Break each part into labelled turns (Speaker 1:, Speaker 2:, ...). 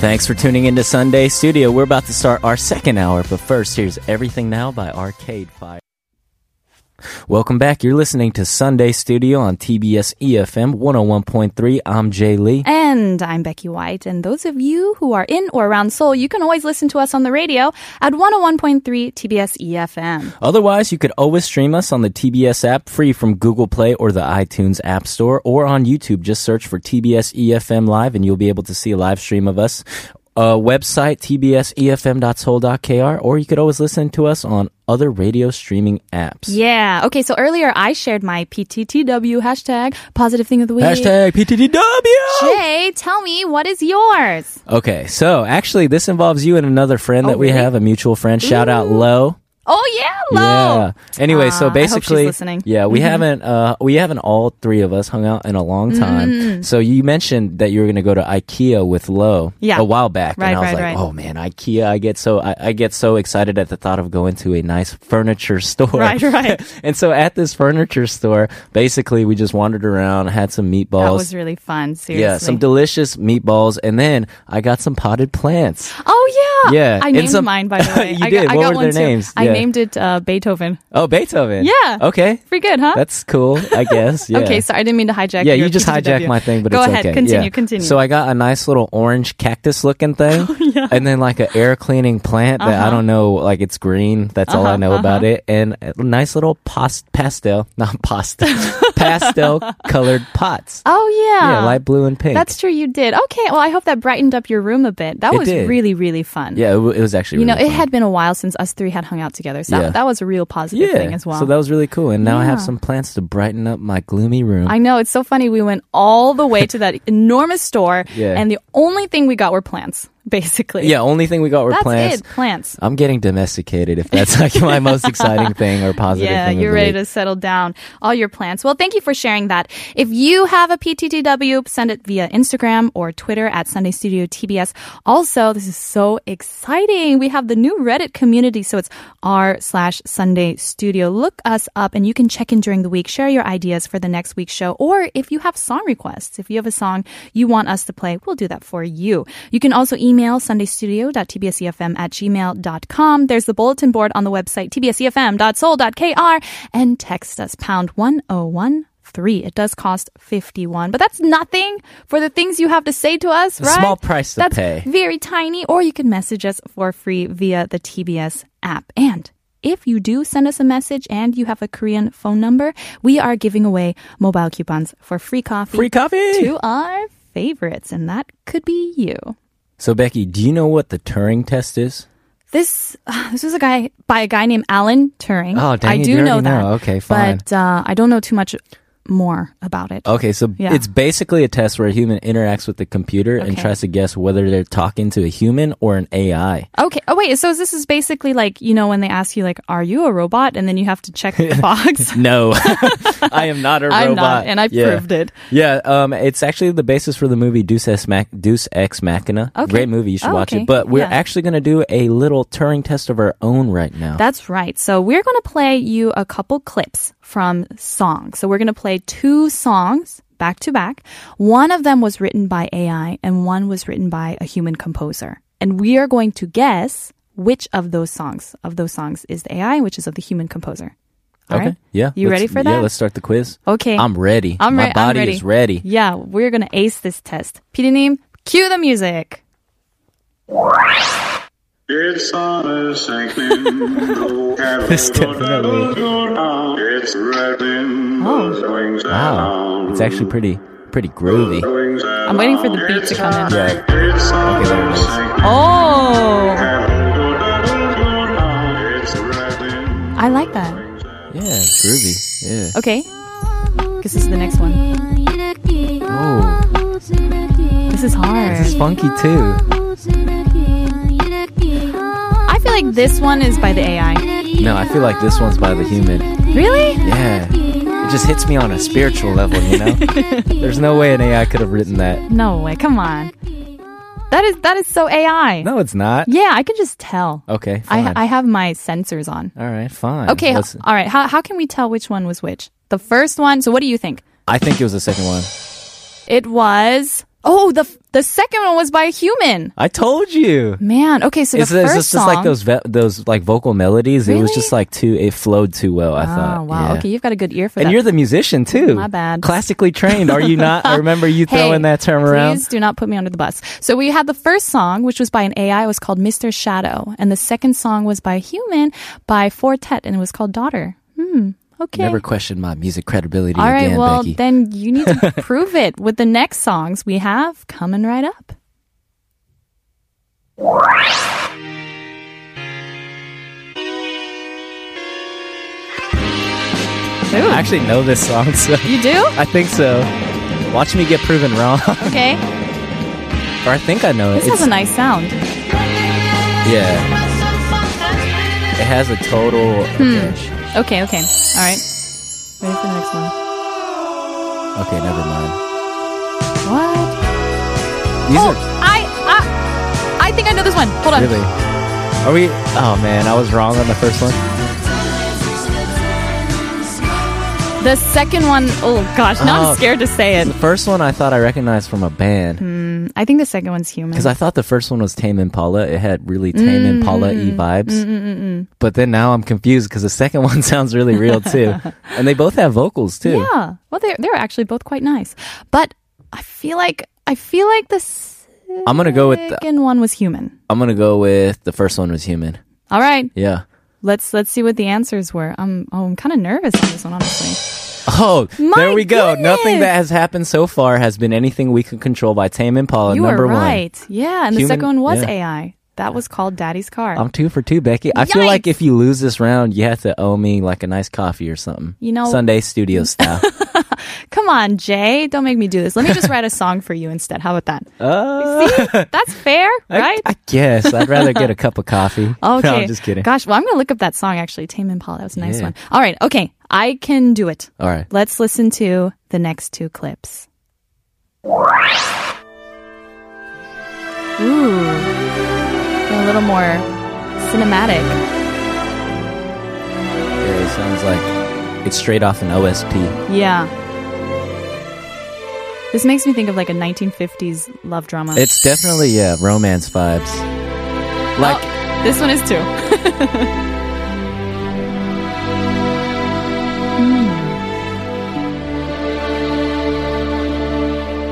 Speaker 1: Thanks for tuning into Sunday Studio. We're about to start our second hour, but first, here's Everything Now by Arcade Fire. Welcome back. You're listening to Sunday Studio on TBS EFM 101.3. I'm Jay Lee.
Speaker 2: And I'm Becky White. And those of you who are in or around Seoul, you can always listen to us on the radio at 101.3 TBS EFM.
Speaker 1: Otherwise, you could always stream us on the TBS app free from Google Play or the iTunes App Store or on YouTube. Just search for TBS EFM E Live and you'll be able to see a live stream of us. Uh, website E tbsefm.soul.kr or you could always listen to us on other radio streaming apps.
Speaker 2: Yeah. Okay. So earlier I shared my PTTW hashtag positive thing of the week.
Speaker 1: Hashtag PTTW!
Speaker 2: Jay, tell me what is yours?
Speaker 1: Okay, so actually, this involves you and another friend that we
Speaker 2: really?
Speaker 1: have, a mutual friend. Shout out Lo.
Speaker 2: Oh yeah, low.
Speaker 1: Yeah. Anyway, so
Speaker 2: Ah, I hope she's
Speaker 1: basically,
Speaker 2: listening. Mm-hmm.
Speaker 1: yeah, we haven't uh, we haven't all three of us hung out in a long time. So you mentioned that you were going to go to IKEA with Lo
Speaker 2: Yeah.
Speaker 1: a while back,
Speaker 2: Right,
Speaker 1: and I was
Speaker 2: right,
Speaker 1: like,
Speaker 2: right.
Speaker 1: oh man, IKEA! I get so I, I get so excited at the thought of going to a nice furniture store.
Speaker 2: Right, right.
Speaker 1: and so at this furniture store, basically, we just wandered around, had some meatballs.
Speaker 2: That was really fun. Seriously.
Speaker 1: yeah, some delicious meatballs, and then I got some potted plants.
Speaker 2: oh yeah.
Speaker 1: Yeah,
Speaker 2: I
Speaker 1: and
Speaker 2: named
Speaker 1: some-
Speaker 2: mine by the way.
Speaker 1: You
Speaker 2: I
Speaker 1: did.
Speaker 2: Got, I
Speaker 1: What
Speaker 2: got
Speaker 1: were
Speaker 2: one
Speaker 1: their
Speaker 2: too.
Speaker 1: names?
Speaker 2: I
Speaker 1: Yeah.
Speaker 2: named it uh, Beethoven.
Speaker 1: Oh, Beethoven.
Speaker 2: Yeah.
Speaker 1: Okay.
Speaker 2: Pretty good, huh?
Speaker 1: That's cool, I guess. Yeah.
Speaker 2: Okay. So I didn't mean to hijack.
Speaker 1: Yeah,
Speaker 2: your
Speaker 1: you just hijacked
Speaker 2: PTTW.
Speaker 1: my thing, but
Speaker 2: go
Speaker 1: it's
Speaker 2: ahead.
Speaker 1: okay.
Speaker 2: Continue.
Speaker 1: Yeah.
Speaker 2: Continue. Oh,
Speaker 1: So I got a nice little orange cactus looking thing, and then like an air cleaning plant that
Speaker 2: Uh-huh.
Speaker 1: I don't know, like it's green. That's all I know about it, and a nice little past- pastel, not pasta, pastel colored pots.
Speaker 2: oh
Speaker 1: Yeah, light blue and pink.
Speaker 2: That's true, you did. Okay, well, I hope that brightened up your room a bit. That
Speaker 1: It
Speaker 2: was
Speaker 1: did.
Speaker 2: really, really fun.
Speaker 1: yeah. It, w- it was actually
Speaker 2: You know,
Speaker 1: really
Speaker 2: it
Speaker 1: fun.
Speaker 2: had been a while since us three had hung out together, so
Speaker 1: Yeah.
Speaker 2: that was a real positive
Speaker 1: yeah.
Speaker 2: thing as well.
Speaker 1: So that was really cool, and now I have some plants to brighten up my gloomy room.
Speaker 2: I know, it's so funny. We went all the way to that enormous store,
Speaker 1: Yeah.
Speaker 2: and the only thing we got were plants, basically.
Speaker 1: yeah, only thing we got were
Speaker 2: That's
Speaker 1: plants.
Speaker 2: it, plants.
Speaker 1: I'm getting domesticated if that's like my most exciting thing or positive
Speaker 2: Yeah,
Speaker 1: thing. of
Speaker 2: you're
Speaker 1: the
Speaker 2: ready
Speaker 1: week.
Speaker 2: to settle down all your plans. Well, thank you for sharing that. If you have a PTTW, send it via Instagram or Twitter at Sunday Studio TBS. Also, this is so exciting. We have the new Reddit community, so it's r slash Sunday Studio. Look us up, and you can check in during the week. Share your ideas for the next week's show, or if you have song requests, if you have a song you want us to play, we'll do that for you. You can also email sundaystudio.tbsefm at gmail.com. There's the bulletin board on the website tbsefm.soul.kr and text us pound 1013. It does cost 51, but that's nothing for the things you have to say to us,
Speaker 1: a
Speaker 2: right?
Speaker 1: small price to
Speaker 2: that's
Speaker 1: pay.
Speaker 2: very tiny, or you can message us for free via the TBS app. And if you do send us a message and you have a Korean phone number, we are giving away mobile coupons for free coffee
Speaker 1: free coffee.
Speaker 2: to our favorites, and that could be you.
Speaker 1: So Becky, do you know what the Turing test is?
Speaker 2: This uh, this was a guy by a guy named Alan Turing.
Speaker 1: Oh, dang
Speaker 2: I
Speaker 1: it,
Speaker 2: do
Speaker 1: you
Speaker 2: know
Speaker 1: already
Speaker 2: that.
Speaker 1: know. Okay, fine.
Speaker 2: But uh, I don't know too much more about it.
Speaker 1: Okay, so
Speaker 2: Yeah.
Speaker 1: it's basically a test where a human interacts with the computer and
Speaker 2: Okay.
Speaker 1: tries to guess whether they're talking to a human or an AI.
Speaker 2: Okay. Oh wait. So this is basically like you know when they ask you like, "Are you a robot?" and then you have to check the box.
Speaker 1: No, I am not a robot.
Speaker 2: I'm not, and I
Speaker 1: Yeah.
Speaker 2: proved it.
Speaker 1: Yeah, um, it's actually the basis for the movie Deuce Ex, Mach- Deuce Ex Machina.
Speaker 2: Okay.
Speaker 1: Great movie, you should
Speaker 2: Oh,
Speaker 1: watch
Speaker 2: okay.
Speaker 1: it. But we're
Speaker 2: Yeah.
Speaker 1: actually going to do a little Turing test of our own right now.
Speaker 2: That's right. So we're going to play you a couple clips from songs. So we're going to play two songs back to back. One of them was written by AI and one was written by a human composer. And we are going to guess which of those songs of those songs is the AI, which is of the human composer. All
Speaker 1: okay,
Speaker 2: right?
Speaker 1: yeah.
Speaker 2: You
Speaker 1: let's-
Speaker 2: ready for
Speaker 1: Yeah,
Speaker 2: that?
Speaker 1: let's start the quiz.
Speaker 2: Okay.
Speaker 1: I'm ready.
Speaker 2: I'm
Speaker 1: My
Speaker 2: re- I'm
Speaker 1: body
Speaker 2: ready.
Speaker 1: is ready.
Speaker 2: Yeah, we're going to ace this test. PD님, cue the music.
Speaker 3: It's on a sinking.
Speaker 1: This definitely-
Speaker 3: It's red in
Speaker 2: Oh.
Speaker 3: the swings
Speaker 1: Wow, it's actually pretty pretty groovy.
Speaker 2: I'm waiting for the beat to come in.
Speaker 1: Yeah.
Speaker 3: It's on
Speaker 1: Okay, there it
Speaker 3: a
Speaker 1: is.
Speaker 3: sinking.
Speaker 2: Oh,
Speaker 3: It's red in
Speaker 2: I like that.
Speaker 1: Yeah, groovy. Yeah.
Speaker 2: Okay. This is the next one. This is hard.
Speaker 1: This is funky too.
Speaker 2: I feel like this one is by the AI.
Speaker 1: No, I feel like this one's by the human.
Speaker 2: Really?
Speaker 1: Yeah. It just hits me on a spiritual level, you know? There's no way an AI could have written that.
Speaker 2: No way. Come on. That is that is so AI.
Speaker 1: No, it's not.
Speaker 2: Yeah, I can just tell.
Speaker 1: Okay, fine.
Speaker 2: I I have my sensors on.
Speaker 1: All right, fine.
Speaker 2: Okay.
Speaker 1: Let's-
Speaker 2: all right. How how can we tell which one was which? The first one. So what do you think?
Speaker 1: I think it was the second one.
Speaker 2: It was. Oh, the the second one was by a human.
Speaker 1: I told you.
Speaker 2: Man. Okay. So
Speaker 1: It's,
Speaker 2: the
Speaker 1: it's
Speaker 2: first
Speaker 1: just,
Speaker 2: song.
Speaker 1: just like those ve- those like vocal melodies. It was
Speaker 2: Really?
Speaker 1: just like too. It flowed too well. I thought.
Speaker 2: Oh wow.
Speaker 1: Yeah.
Speaker 2: Okay, you've got a good ear for
Speaker 1: And
Speaker 2: that.
Speaker 1: you're the musician too.
Speaker 2: My bad.
Speaker 1: Classically trained, are you not? I remember you
Speaker 2: Hey,
Speaker 1: throwing that term around.
Speaker 2: Please do not put me under the bus. So we had the first song, which was by an AI, it was called Mr. Shadow, and the second song was by a human by Fortet, and it was called Daughter. Hmm. Okay.
Speaker 1: Never question my music credibility
Speaker 2: All right.
Speaker 1: again,
Speaker 2: well,
Speaker 1: Becky.
Speaker 2: then you need to prove it with the next songs we have coming right up.
Speaker 1: I actually know this song, so
Speaker 2: You do?
Speaker 1: I think so. Watch me get proven wrong,
Speaker 2: Okay.
Speaker 1: or I think I know it.
Speaker 2: This has a nice sound.
Speaker 1: yeah. It has a total.
Speaker 2: Hmm.
Speaker 1: Okay,
Speaker 2: Okay. Okay. All right. Wait for the next one.
Speaker 1: okay, never mind.
Speaker 2: What?
Speaker 1: These
Speaker 2: oh,
Speaker 1: are
Speaker 2: I, I, I think I know this one. Hold on.
Speaker 1: really. Are we? Oh man, I was wrong on the first one.
Speaker 2: The second one, oh gosh, now
Speaker 1: Oh.
Speaker 2: I'm scared to say it.
Speaker 1: The first one I thought I recognized from a band.
Speaker 2: I think the second one's human.
Speaker 1: Because I thought the first one was Tame Impala. It had really
Speaker 2: Mm,
Speaker 1: Tame Impala y vibes. But then now I'm confused because the second one sounds really real too. and they both have vocals too.
Speaker 2: Yeah. Well, they're they're actually both quite nice, but I feel like I feel like the second
Speaker 1: I'm going to go with the,
Speaker 2: one was human.
Speaker 1: I'm going to go with the first one was human.
Speaker 2: All right,
Speaker 1: Yeah.
Speaker 2: let's let's see what the answers were. I'm oh, I'm kind of nervous on this one, honestly.
Speaker 1: Oh,
Speaker 2: My
Speaker 1: there we go. Nothing
Speaker 2: goodness.
Speaker 1: that has happened so far has been anything we could control by Tame Impala,
Speaker 2: you
Speaker 1: number
Speaker 2: are right. Yeah, and the
Speaker 1: Human-
Speaker 2: second one
Speaker 1: yeah.
Speaker 2: was
Speaker 1: Um,
Speaker 2: AI. That was called Daddy's Car.
Speaker 1: one. I'm two for two, Becky. I feel like if
Speaker 2: Yikes.
Speaker 1: you lose this round, you have to owe me like a nice coffee or something.
Speaker 2: You know-
Speaker 1: Sunday studio style.
Speaker 2: Come on, Jay, don't make me do this. Let me just write a song for you instead. How about that?
Speaker 1: Uh,
Speaker 2: That's fair,
Speaker 1: I-
Speaker 2: right?
Speaker 1: I, guess I'd rather get a cup of coffee.
Speaker 2: Okay.
Speaker 1: No, I'm just kidding.
Speaker 2: Gosh, well, I'm going to look up that song actually. Tame Impala. That was a nice
Speaker 1: Yeah.
Speaker 2: one. All right. Okay. I can do it.
Speaker 1: All right.
Speaker 2: Let's listen to the next two clips. Ooh. A little more cinematic.
Speaker 1: Yeah, it sounds like it's straight off an OSP.
Speaker 2: Yeah. This makes me think of like a 1950s love drama.
Speaker 1: It's definitely yeah, romance vibes. Like
Speaker 2: Oh, this one is too. Hmm.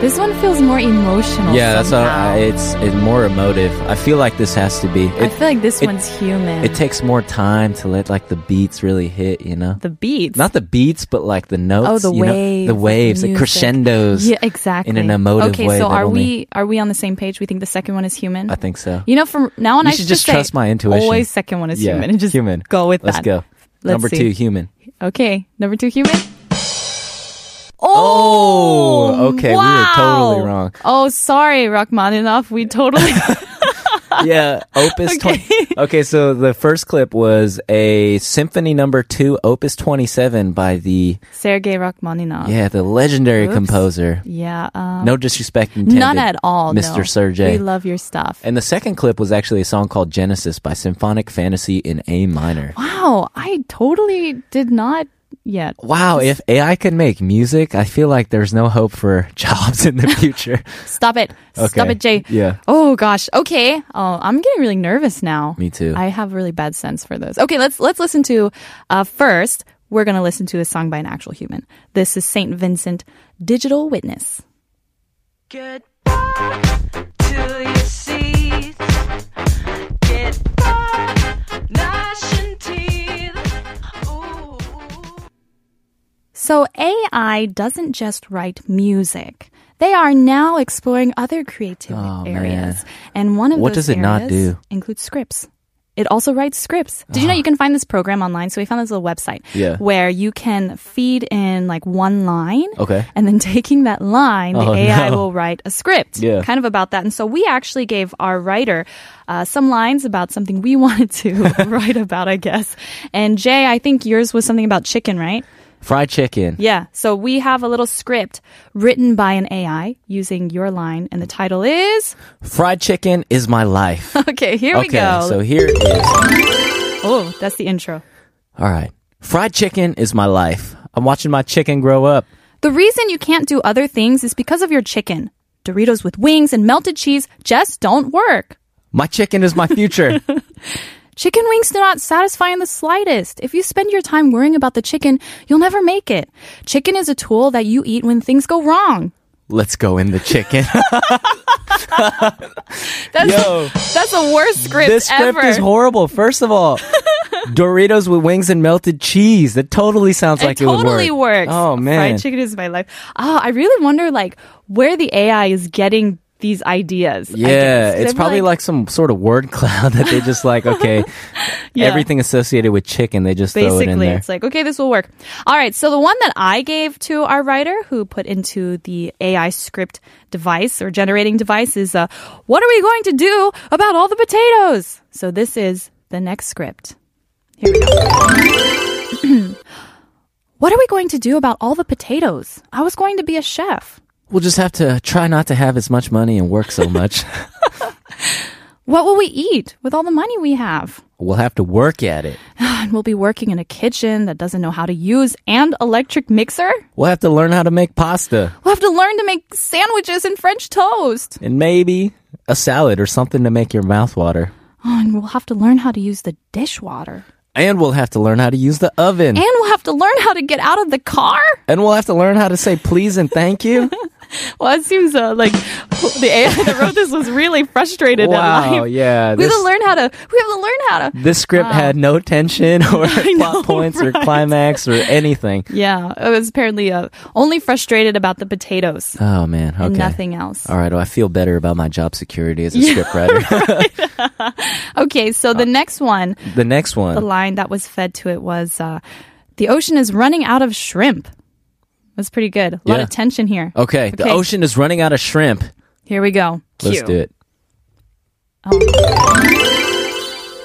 Speaker 2: This one feels more emotional.
Speaker 1: yeah, that's what
Speaker 2: Oh, somehow.
Speaker 1: I, it's it's more emotive. I feel like this has to be.
Speaker 2: I
Speaker 1: It,
Speaker 2: feel like this
Speaker 1: it-
Speaker 2: one's human.
Speaker 1: it takes more time to let like the beats really hit, you know.
Speaker 2: the beats.
Speaker 1: Not the beats, but like the notes.
Speaker 2: Oh, the
Speaker 1: you know?
Speaker 2: waves,
Speaker 1: the
Speaker 2: the
Speaker 1: waves, the
Speaker 2: music.
Speaker 1: crescendos.
Speaker 2: yeah, exactly.
Speaker 1: in an emotive
Speaker 2: okay,
Speaker 1: way
Speaker 2: so
Speaker 1: that
Speaker 2: are
Speaker 1: only-
Speaker 2: we are we on the same page? We think the second one is
Speaker 1: I
Speaker 2: human.
Speaker 1: think so.
Speaker 2: you know, from now on,
Speaker 1: You
Speaker 2: I
Speaker 1: should
Speaker 2: should
Speaker 1: just
Speaker 2: say,
Speaker 1: trust my intuition.
Speaker 2: Always second one is
Speaker 1: Yeah,
Speaker 2: human, and just
Speaker 1: human.
Speaker 2: go with
Speaker 1: Let's
Speaker 2: that.
Speaker 1: go.
Speaker 2: Let's
Speaker 1: Number two,
Speaker 2: see.
Speaker 1: human.
Speaker 2: Okay, number two, human.
Speaker 1: Oh, okay, we were totally
Speaker 2: wow.
Speaker 1: wrong.
Speaker 2: Oh, sorry, Rachmaninoff. We totally.
Speaker 1: yeah, Opus
Speaker 2: Okay.
Speaker 1: 20. Okay, so the first clip was a Symphony number 2 Opus 27 by the
Speaker 2: Sergei Rachmaninoff.
Speaker 1: yeah, the legendary
Speaker 2: Oops.
Speaker 1: composer.
Speaker 2: Yeah. Um,
Speaker 1: No disrespect intended.
Speaker 2: none at all.
Speaker 1: Mr.
Speaker 2: no.
Speaker 1: Sergei. Eh.
Speaker 2: We love your stuff.
Speaker 1: and the second clip was actually a song called Genesis by Symphonic Fantasy in A minor.
Speaker 2: wow, I totally did not yet.
Speaker 1: Wow, if AI could make music, I feel like there's no hope for jobs in the future.
Speaker 2: Stop it. Stop
Speaker 1: Okay,
Speaker 2: it, Jay.
Speaker 1: yeah.
Speaker 2: Oh gosh. Okay. Oh, I'm getting really nervous now.
Speaker 1: Me too.
Speaker 2: I have really bad sense for those. Okay, let's let's listen to uh first we're going to listen to a song by an actual human. This is St. Vincent Digital Witness.
Speaker 4: Goodbye to your seats. Goodbye, gnashing teeth. Ooh.
Speaker 2: So AI doesn't just write music. They are now exploring other creative
Speaker 1: Oh, man.
Speaker 2: areas. And one of
Speaker 1: What
Speaker 2: those
Speaker 1: does it not
Speaker 2: areas
Speaker 1: do? Ah.
Speaker 2: includes scripts. It also writes scripts. Did you know you can find this program online? So we found this little website
Speaker 1: Yeah.
Speaker 2: where you can feed in like one line.
Speaker 1: Okay.
Speaker 2: And then taking that line, the
Speaker 1: Oh,
Speaker 2: AI
Speaker 1: no.
Speaker 2: will write a script.
Speaker 1: Yeah.
Speaker 2: Kind of about that. And so we actually gave our writer uh, some lines about something we wanted to write about, I guess. And Jay, I think yours was something about chicken, right?
Speaker 1: Fried chicken.
Speaker 2: Yeah. So we have a little script written by an AI using your line, and the title is
Speaker 1: Fried chicken is my life.
Speaker 2: Okay, here we
Speaker 1: okay,
Speaker 2: go.
Speaker 1: so here it is.
Speaker 2: oh, that's the intro.
Speaker 1: All right. Fried chicken is my life. I'm watching my chicken grow up.
Speaker 2: The reason you can't do other things is because of your chicken. Doritos with wings and melted cheese just don't work.
Speaker 1: My chicken is my future.
Speaker 2: Chicken wings do not satisfy in the slightest. If you spend your time worrying about the chicken, you'll never make it. Chicken is a tool that you eat when things go wrong.
Speaker 1: Let's go in the chicken.
Speaker 2: That's,
Speaker 1: Yo.
Speaker 2: that's the worst script
Speaker 1: this script
Speaker 2: ever.
Speaker 1: is horrible. First of all, Doritos with wings and melted cheese. That totally sounds like
Speaker 2: it totally
Speaker 1: it would work.
Speaker 2: works.
Speaker 1: Oh man.
Speaker 2: fried chicken is my life. Ah, I really wonder like where the AI is getting these ideas. I
Speaker 1: Yeah,
Speaker 2: guess. 'Cause
Speaker 1: it's
Speaker 2: I'm
Speaker 1: probably like, some sort of word cloud that they just like, okay,
Speaker 2: Yeah.
Speaker 1: everything associated with chicken, they just throw it in
Speaker 2: basically
Speaker 1: there.
Speaker 2: it's like okay, this will work. All right, so the one that I gave to our writer who put into the AI script device or generating device is uh, what are we going to do about all the potatoes? So this is the next script. Here we go. What are we going to do about all the potatoes? I was going to be a chef.
Speaker 1: We'll just have to try not to have as much money and work so much.
Speaker 2: What will we eat with all the money we have?
Speaker 1: we'll have to work at it.
Speaker 2: And we'll be working in a kitchen that doesn't know how to use an electric mixer.
Speaker 1: We'll have to learn how to make pasta
Speaker 2: We'll have to learn to make sandwiches and French toast.
Speaker 1: and maybe a salad or something to make your mouth water.
Speaker 2: Oh, and we'll have to learn how to use the dishwater.
Speaker 1: And we'll have to learn how to use the oven.
Speaker 2: And we'll have to learn how to get out of the car.
Speaker 1: And we'll have to learn how to say please and thank you.
Speaker 2: Well, it seems uh, like the AI that wrote this was really frustrated at
Speaker 1: wow,
Speaker 2: life.
Speaker 1: yeah.
Speaker 2: We
Speaker 1: this-
Speaker 2: have to learn how to. We have to learn how to.
Speaker 1: This script had no tension or
Speaker 2: I know,
Speaker 1: plot points or
Speaker 2: right.
Speaker 1: climax or anything.
Speaker 2: Yeah, it was apparently uh, only frustrated about the potatoes
Speaker 1: Oh man, okay. Uh,
Speaker 2: and nothing else.
Speaker 1: All right, well, I feel better about my job security as a scriptwriter.
Speaker 2: Okay, so
Speaker 1: uh,
Speaker 2: the next one
Speaker 1: the next one,
Speaker 2: the line that was fed to it was uh, the ocean is running out of shrimp that's pretty good a lot
Speaker 1: Yeah.
Speaker 2: of tension here
Speaker 1: okay, the
Speaker 2: Okay.
Speaker 1: ocean is running out of shrimp.
Speaker 2: here we go
Speaker 1: Let's
Speaker 2: Cue.
Speaker 1: do it.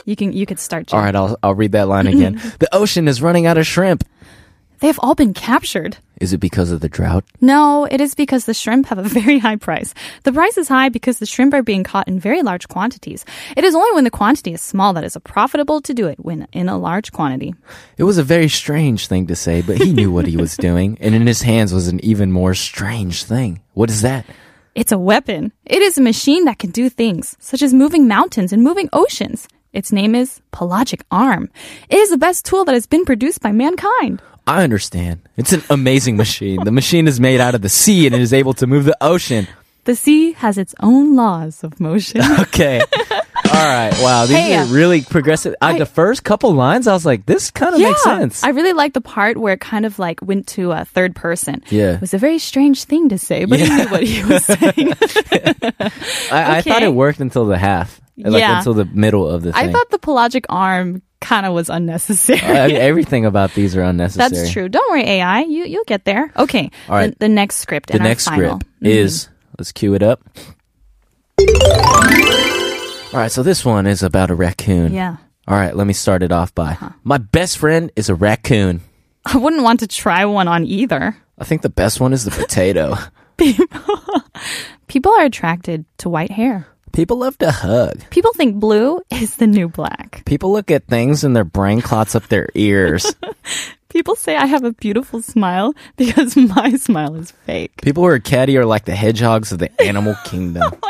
Speaker 2: you can you could start Jim.
Speaker 1: All right, I'll I'll read that line again. the ocean is running out of shrimp.
Speaker 2: they've all been captured
Speaker 1: Is it because of the drought?
Speaker 2: no it is because the shrimp have a very high price the price is high because the shrimp are being caught in very large quantities it is only when the quantity is small that it is profitable to do it when in a large quantity
Speaker 1: It was a very strange thing to say, but he knew what he was doing, and in his hands was an even more strange thing. What is that?
Speaker 2: It's a weapon. It is a machine that can do things, such as moving mountains and moving oceans. Its name is Pelagic Arm. It is the best tool that has been produced by mankind.
Speaker 1: I understand. It's an amazing machine. The machine is made out of the sea and it is able to move the ocean.
Speaker 2: The sea has its own laws of motion.
Speaker 1: Okay. All right. Wow. These
Speaker 2: Hey,
Speaker 1: are
Speaker 2: uh,
Speaker 1: really progressive. I, the first couple lines, I was like, this kind of makes sense.
Speaker 2: I really like the part where it kind of like went to a third person.
Speaker 1: Yeah.
Speaker 2: It was a very strange thing to say, but he knew what he was saying.
Speaker 1: I, I thought
Speaker 2: okay.
Speaker 1: it worked until the half, like
Speaker 2: Yeah.
Speaker 1: until the middle of the thing.
Speaker 2: I thought the Pelagic Arm kind of was unnecessary.
Speaker 1: I mean, everything about these are unnecessary.
Speaker 2: That's true. Don't worry, AI. You you'll get there. Okay.
Speaker 1: All right.
Speaker 2: The, the next script.
Speaker 1: The
Speaker 2: and our
Speaker 1: next
Speaker 2: final.
Speaker 1: script
Speaker 2: Mm-hmm.
Speaker 1: is let's cue it up. All right. So this one is about a raccoon.
Speaker 2: Yeah. Uh-huh.
Speaker 1: All right. Let me start it off by my best friend is a raccoon.
Speaker 2: I wouldn't want to try one on either.
Speaker 1: I think the best one is the potato.
Speaker 2: People are attracted to white hair.
Speaker 1: People love to hug.
Speaker 2: People think blue is the new black.
Speaker 1: People look at things and their brain clots up their ears.
Speaker 2: People say I have a beautiful smile because my smile is fake.
Speaker 1: People who are catty are like the hedgehogs of the animal kingdom.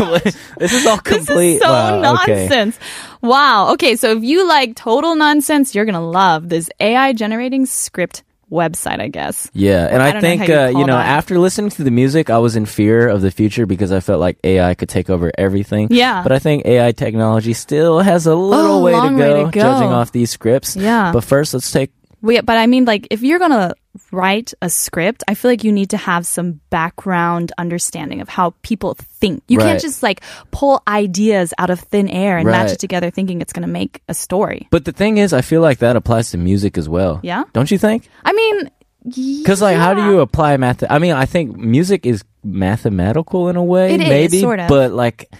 Speaker 2: Oh my God.
Speaker 1: this is all
Speaker 2: This
Speaker 1: complete.
Speaker 2: is so
Speaker 1: wow, okay.
Speaker 2: nonsense. Wow. Okay, so if you like total nonsense, you're going to love this AI generating script website, I guess.
Speaker 1: Yeah, and
Speaker 2: I
Speaker 1: I,
Speaker 2: don't know
Speaker 1: think
Speaker 2: how you
Speaker 1: uh,
Speaker 2: call
Speaker 1: you know
Speaker 2: that.
Speaker 1: after listening to the music, I was in fear of the future because I felt like AI could take over everything.
Speaker 2: Yeah.
Speaker 1: but I think AI technology still has a little
Speaker 2: Oh,
Speaker 1: way, to
Speaker 2: long way
Speaker 1: go,
Speaker 2: to go.
Speaker 1: judging off these scripts.
Speaker 2: Yeah.
Speaker 1: but first let's take
Speaker 2: We, but I mean, like, if you're gonna write a script, I feel like you need to have some background understanding of how people think. You
Speaker 1: Right.
Speaker 2: can't just like pull ideas out of thin air and match
Speaker 1: Right.
Speaker 2: it together, thinking it's gonna make a story.
Speaker 1: But the thing is, I feel like that applies to music as well.
Speaker 2: Yeah?
Speaker 1: Don't you think?
Speaker 2: I mean,
Speaker 1: Because like, how do you
Speaker 2: yeah.
Speaker 1: apply math? I mean, I think music is mathematical in a way,
Speaker 2: It is,
Speaker 1: maybe,
Speaker 2: sort of.
Speaker 1: but like,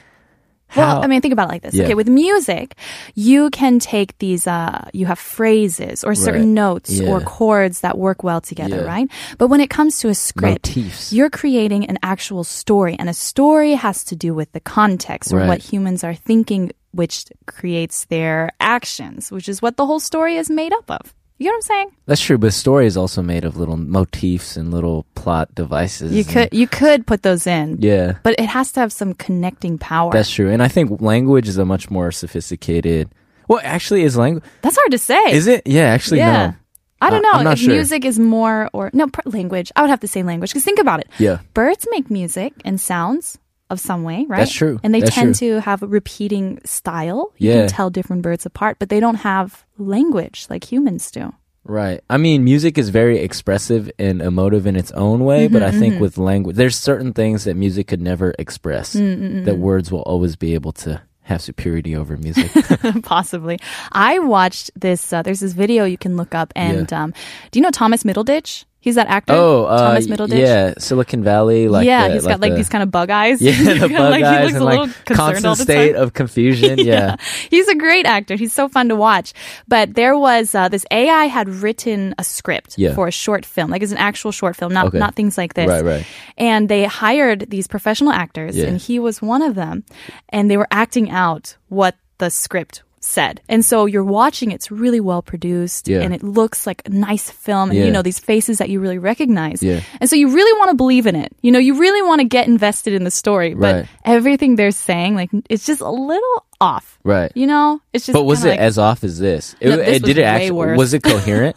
Speaker 1: how?
Speaker 2: Well, I mean, think about it like this.
Speaker 1: Yeah.
Speaker 2: Okay, with music, you can take these, uh, you have phrases or certain
Speaker 1: Right.
Speaker 2: notes or
Speaker 1: Yeah.
Speaker 2: chords that work well together,
Speaker 1: Yeah.
Speaker 2: right? But when it comes to a script,
Speaker 1: Motifs.
Speaker 2: you're creating an actual story, and a story has to do with the context or
Speaker 1: Right.
Speaker 2: what humans are thinking, which creates their actions, which is what the whole story is made up of. You know what I'm saying?
Speaker 1: that's true. But story is also made of little motifs and little plot devices.
Speaker 2: You
Speaker 1: and-
Speaker 2: could you could put those in,
Speaker 1: Mm-hmm. yeah.
Speaker 2: but it has to have some connecting power.
Speaker 1: That's true. And I think language is a much more sophisticated. Well, actually, is language.
Speaker 2: That's hard to say.
Speaker 1: Is it? Yeah, actually,
Speaker 2: Yeah.
Speaker 1: no.
Speaker 2: I don't
Speaker 1: Uh,
Speaker 2: know
Speaker 1: I'm not
Speaker 2: if
Speaker 1: sure.
Speaker 2: music is more or no pr- language. I would have to say language because think about it.
Speaker 1: Yeah.
Speaker 2: Birds make music and sounds of some way, right?
Speaker 1: That's true.
Speaker 2: And they
Speaker 1: That's
Speaker 2: tend to have a repeating style. You
Speaker 1: Yeah.
Speaker 2: can tell different birds apart, but they don't have language like humans do.
Speaker 1: Right. I mean, music is very expressive and emotive in its own way, but
Speaker 2: Mm-hmm,
Speaker 1: I think with language, there's certain things that music could never express
Speaker 2: Mm,
Speaker 1: that words will always be able to have superiority over music.
Speaker 2: Possibly. I watched this. Uh, there's this video you can look up. And um, do you know Thomas Middleditch? He's that actor.
Speaker 1: oh, uh,
Speaker 2: Thomas Middleditch.
Speaker 1: yeah, Silicon Valley. Like
Speaker 2: yeah,
Speaker 1: the,
Speaker 2: he's got like
Speaker 1: the-
Speaker 2: these kind of bug eyes.
Speaker 1: yeah, the
Speaker 2: Kinda
Speaker 1: bug
Speaker 2: like,
Speaker 1: eyes and
Speaker 2: he looks a little
Speaker 1: like
Speaker 2: concerned
Speaker 1: constant
Speaker 2: all the
Speaker 1: state
Speaker 2: time.
Speaker 1: of confusion. yeah.
Speaker 2: He's a great actor. He's so fun to watch. But there was uh, this AI had written a script
Speaker 1: Yeah.
Speaker 2: for a short film, like it's an actual short film, not
Speaker 1: Okay.
Speaker 2: not things like this.
Speaker 1: Right, right.
Speaker 2: And they hired these professional actors,
Speaker 1: Yeah.
Speaker 2: and he was one of them. And they were acting out what the script said. And so you're watching it's really well produced
Speaker 1: Yeah.
Speaker 2: and it looks like a nice film and you
Speaker 1: Yeah.
Speaker 2: know these faces that you really recognize.
Speaker 1: Yeah.
Speaker 2: And so you really want to believe in it. You know, you really want to get invested in the story,
Speaker 1: Right.
Speaker 2: but everything they're saying like it's just a little off.
Speaker 1: Right.
Speaker 2: You know, it's just.
Speaker 1: But was it
Speaker 2: kinda like-
Speaker 1: as off as this? It,
Speaker 2: No, this
Speaker 1: it did
Speaker 2: was
Speaker 1: it
Speaker 2: way
Speaker 1: actually
Speaker 2: worse.
Speaker 1: was it coherent?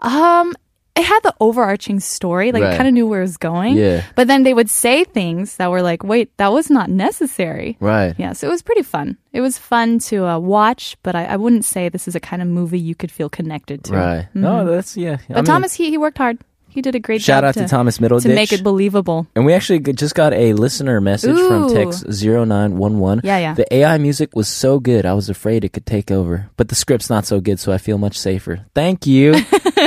Speaker 2: Um, it had the overarching story. Like,
Speaker 1: Right.
Speaker 2: it kind of knew where it was going.
Speaker 1: Yeah.
Speaker 2: But then they would say things that were like, "Wait, that was not necessary."
Speaker 1: right.
Speaker 2: Yeah. So it was pretty fun. It was fun to uh, watch, but I, I wouldn't say this is a kind of movie you could feel connected to.
Speaker 1: Right. No, that's yeah.
Speaker 2: Mm-hmm. But Thomas, he he worked hard. He did a great
Speaker 1: Shout
Speaker 2: job.
Speaker 1: out to Thomas Middleditch.
Speaker 2: to make it believable.
Speaker 1: And we actually g- just got a listener message from
Speaker 2: Ooh.
Speaker 1: text 0911.
Speaker 2: Yeah, yeah.
Speaker 1: The AI music was so good, I was afraid it could take over. But the script's not so good, so I feel much safer. Thank you.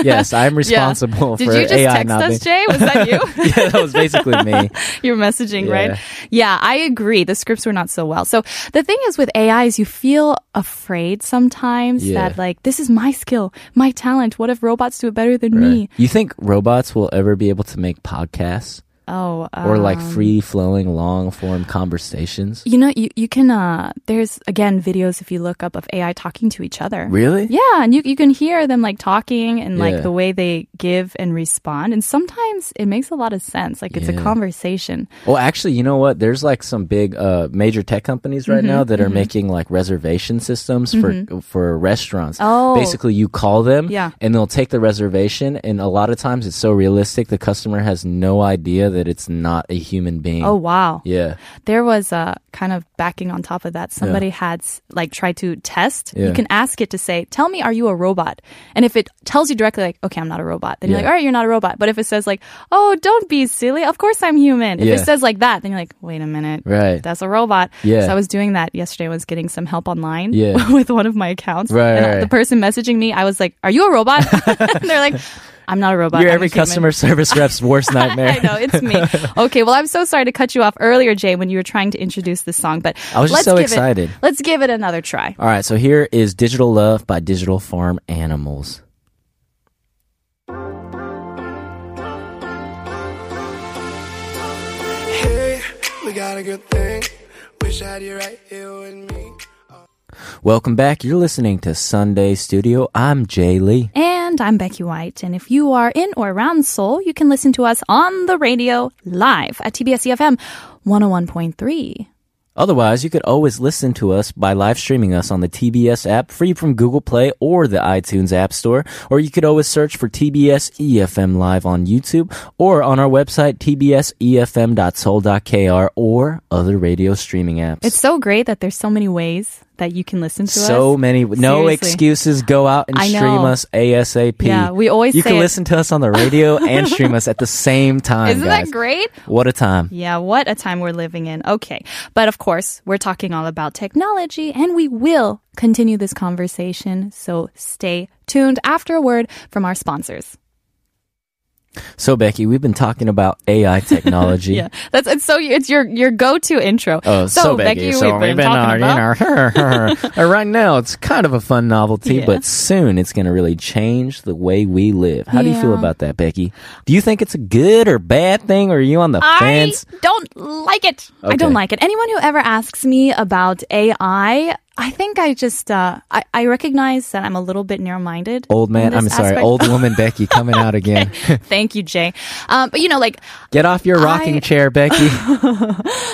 Speaker 1: yes, I'm responsible
Speaker 2: Did
Speaker 1: for
Speaker 2: you just
Speaker 1: AI
Speaker 2: text
Speaker 1: not
Speaker 2: us,
Speaker 1: being-
Speaker 2: Jay? Was that you?
Speaker 1: yeah, that was basically me.
Speaker 2: You're messaging,
Speaker 1: Yeah.
Speaker 2: right? Yeah, I agree. The scripts were not so well. So the thing is with AI is you feel afraid sometimes
Speaker 1: Yeah.
Speaker 2: that like this is my skill, my talent. What if robots do it better than me?
Speaker 1: Right. You think robots will ever be able to make podcasts
Speaker 2: Oh, um,
Speaker 1: or like free flowing long form conversations?
Speaker 2: you know, you you can uh there's again videos if you look up of AI talking to each other.
Speaker 1: Really?
Speaker 2: Yeah, and you you can hear them like talking and like
Speaker 1: Yeah.
Speaker 2: the way they give and respond and sometimes it makes a lot of sense. Like it's a
Speaker 1: Yeah.
Speaker 2: conversation.
Speaker 1: Well, actually, you know what? There's like some big uh, major tech companies right
Speaker 2: Mm-hmm.
Speaker 1: now that are making like reservation systems for for restaurants.
Speaker 2: Oh.
Speaker 1: basically, you call them,
Speaker 2: Yeah.
Speaker 1: and they'll take the reservation. And a lot of times, it's so realistic, the customer has no idea that it's not a human being.
Speaker 2: Oh wow.
Speaker 1: yeah,
Speaker 2: There was a kind of backing on top of that. Somebody had s- like tried to test. You
Speaker 1: Yeah.
Speaker 2: can ask it to say, "Tell me, are you a robot?" And if it tells you directly, like, "Okay, I'm not a robot," then you're
Speaker 1: Yeah.
Speaker 2: like, "All right, you're not a robot." But if it says like, "Oh, don't be silly. Of course I'm human," if
Speaker 1: Yeah.
Speaker 2: it says like that, then you're like, "Wait a minute,
Speaker 1: right,
Speaker 2: that's a robot."
Speaker 1: Yeah.
Speaker 2: So I was doing that yesterday. I was getting some help online
Speaker 1: Yeah.
Speaker 2: with one of my accounts.
Speaker 1: Right,
Speaker 2: And
Speaker 1: right,
Speaker 2: the
Speaker 1: right.
Speaker 2: person messaging me, I was like, "Are you a robot?" and they're like, "I'm not a robot."
Speaker 1: you're
Speaker 2: I'm a
Speaker 1: every
Speaker 2: human."
Speaker 1: customer service rep's worst nightmare.
Speaker 2: I know it's me. Okay, well, I'm so sorry to cut you off earlier, Jay, when you were trying to introduce this song, but
Speaker 1: I was just
Speaker 2: let's
Speaker 1: so
Speaker 2: give
Speaker 1: excited.
Speaker 2: It, let's give it another try.
Speaker 1: All right, so here is "Digital Love" by Digital Farm Animals.
Speaker 5: Hey, we got a good thing. Wish I had you right here with me.
Speaker 1: Welcome back. You're listening to Sunday Studio. I'm Jay Lee.
Speaker 2: And I'm Becky White, and if you are in or around Seoul, you can listen to us on the radio live at TBS EFM 101.3.
Speaker 1: Otherwise, you could always listen to us by live streaming us on the TBS app, free from Google Play or the iTunes App Store, or you could always search for TBS EFM E Live on YouTube or on our website, E tbsefm.soul.kr or other radio streaming apps.
Speaker 2: It's so great that there's so many ways that you can listen to
Speaker 1: so
Speaker 2: us.
Speaker 1: many no
Speaker 2: Seriously.
Speaker 1: excuses go out and
Speaker 2: I
Speaker 1: stream
Speaker 2: know.
Speaker 1: us asap
Speaker 2: Yeah, we always
Speaker 1: you
Speaker 2: say
Speaker 1: can
Speaker 2: it.
Speaker 1: listen to us on the radio and stream us at the same time
Speaker 2: Isn't
Speaker 1: guys.
Speaker 2: that great?
Speaker 1: what a time
Speaker 2: Yeah, what a time we're living in. Okay. But of course, we're talking all about technology and we will continue this conversation. So stay tuned after a word from our sponsors.
Speaker 1: so becky we've been talking about ai technology
Speaker 2: Yeah. That's it's so it's your your go-to intro.
Speaker 1: Oh, so, Becky, so we've been,
Speaker 2: talking
Speaker 1: on,
Speaker 2: about-
Speaker 1: you know, uh, right now it's kind of a fun novelty,
Speaker 2: Yeah.
Speaker 1: but soon it's going to really change the way we live. How do you feel
Speaker 2: Yeah.
Speaker 1: about that, Becky? Do you think it's a good or bad thing, or are you on the
Speaker 2: I
Speaker 1: fence?
Speaker 2: don't like it. I
Speaker 1: Okay.
Speaker 2: don't like it. Anyone who ever asks me about AI, I think I just uh, I, I recognize that I'm a little bit narrow-minded.
Speaker 1: Old man,
Speaker 2: in
Speaker 1: I'm
Speaker 2: this
Speaker 1: sorry,
Speaker 2: aspect.
Speaker 1: old woman Becky coming out again.
Speaker 2: Thank you, Jay. Um, but you know, like
Speaker 1: Get off your rocking
Speaker 2: I-
Speaker 1: chair, Becky.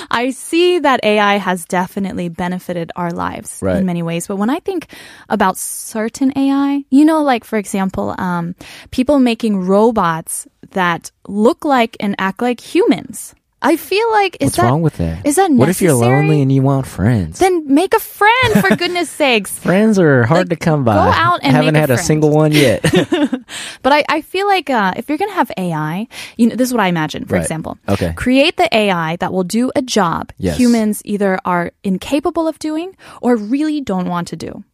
Speaker 2: I see that AI has definitely benefited our lives
Speaker 1: Right.
Speaker 2: in many ways. But when I think about certain AI, you know, like for example, um, people making robots that look like and act like humans. I feel like
Speaker 1: What's
Speaker 2: is that
Speaker 1: wrong with that?
Speaker 2: is that
Speaker 1: What if you're
Speaker 2: necessary?
Speaker 1: lonely and you want friends?
Speaker 2: Then make a friend for goodness sakes.
Speaker 1: friends are hard to
Speaker 2: Like,
Speaker 1: come by.
Speaker 2: go out and
Speaker 1: haven't
Speaker 2: make a
Speaker 1: had
Speaker 2: friend.
Speaker 1: single one yet.
Speaker 2: But I, I feel like uh, if you're going to have AI, you know, this is what I imagine, for
Speaker 1: Right.
Speaker 2: example.
Speaker 1: Okay.
Speaker 2: Create the AI that will do a job
Speaker 1: Yes.
Speaker 2: humans either are incapable of doing or really don't want to do.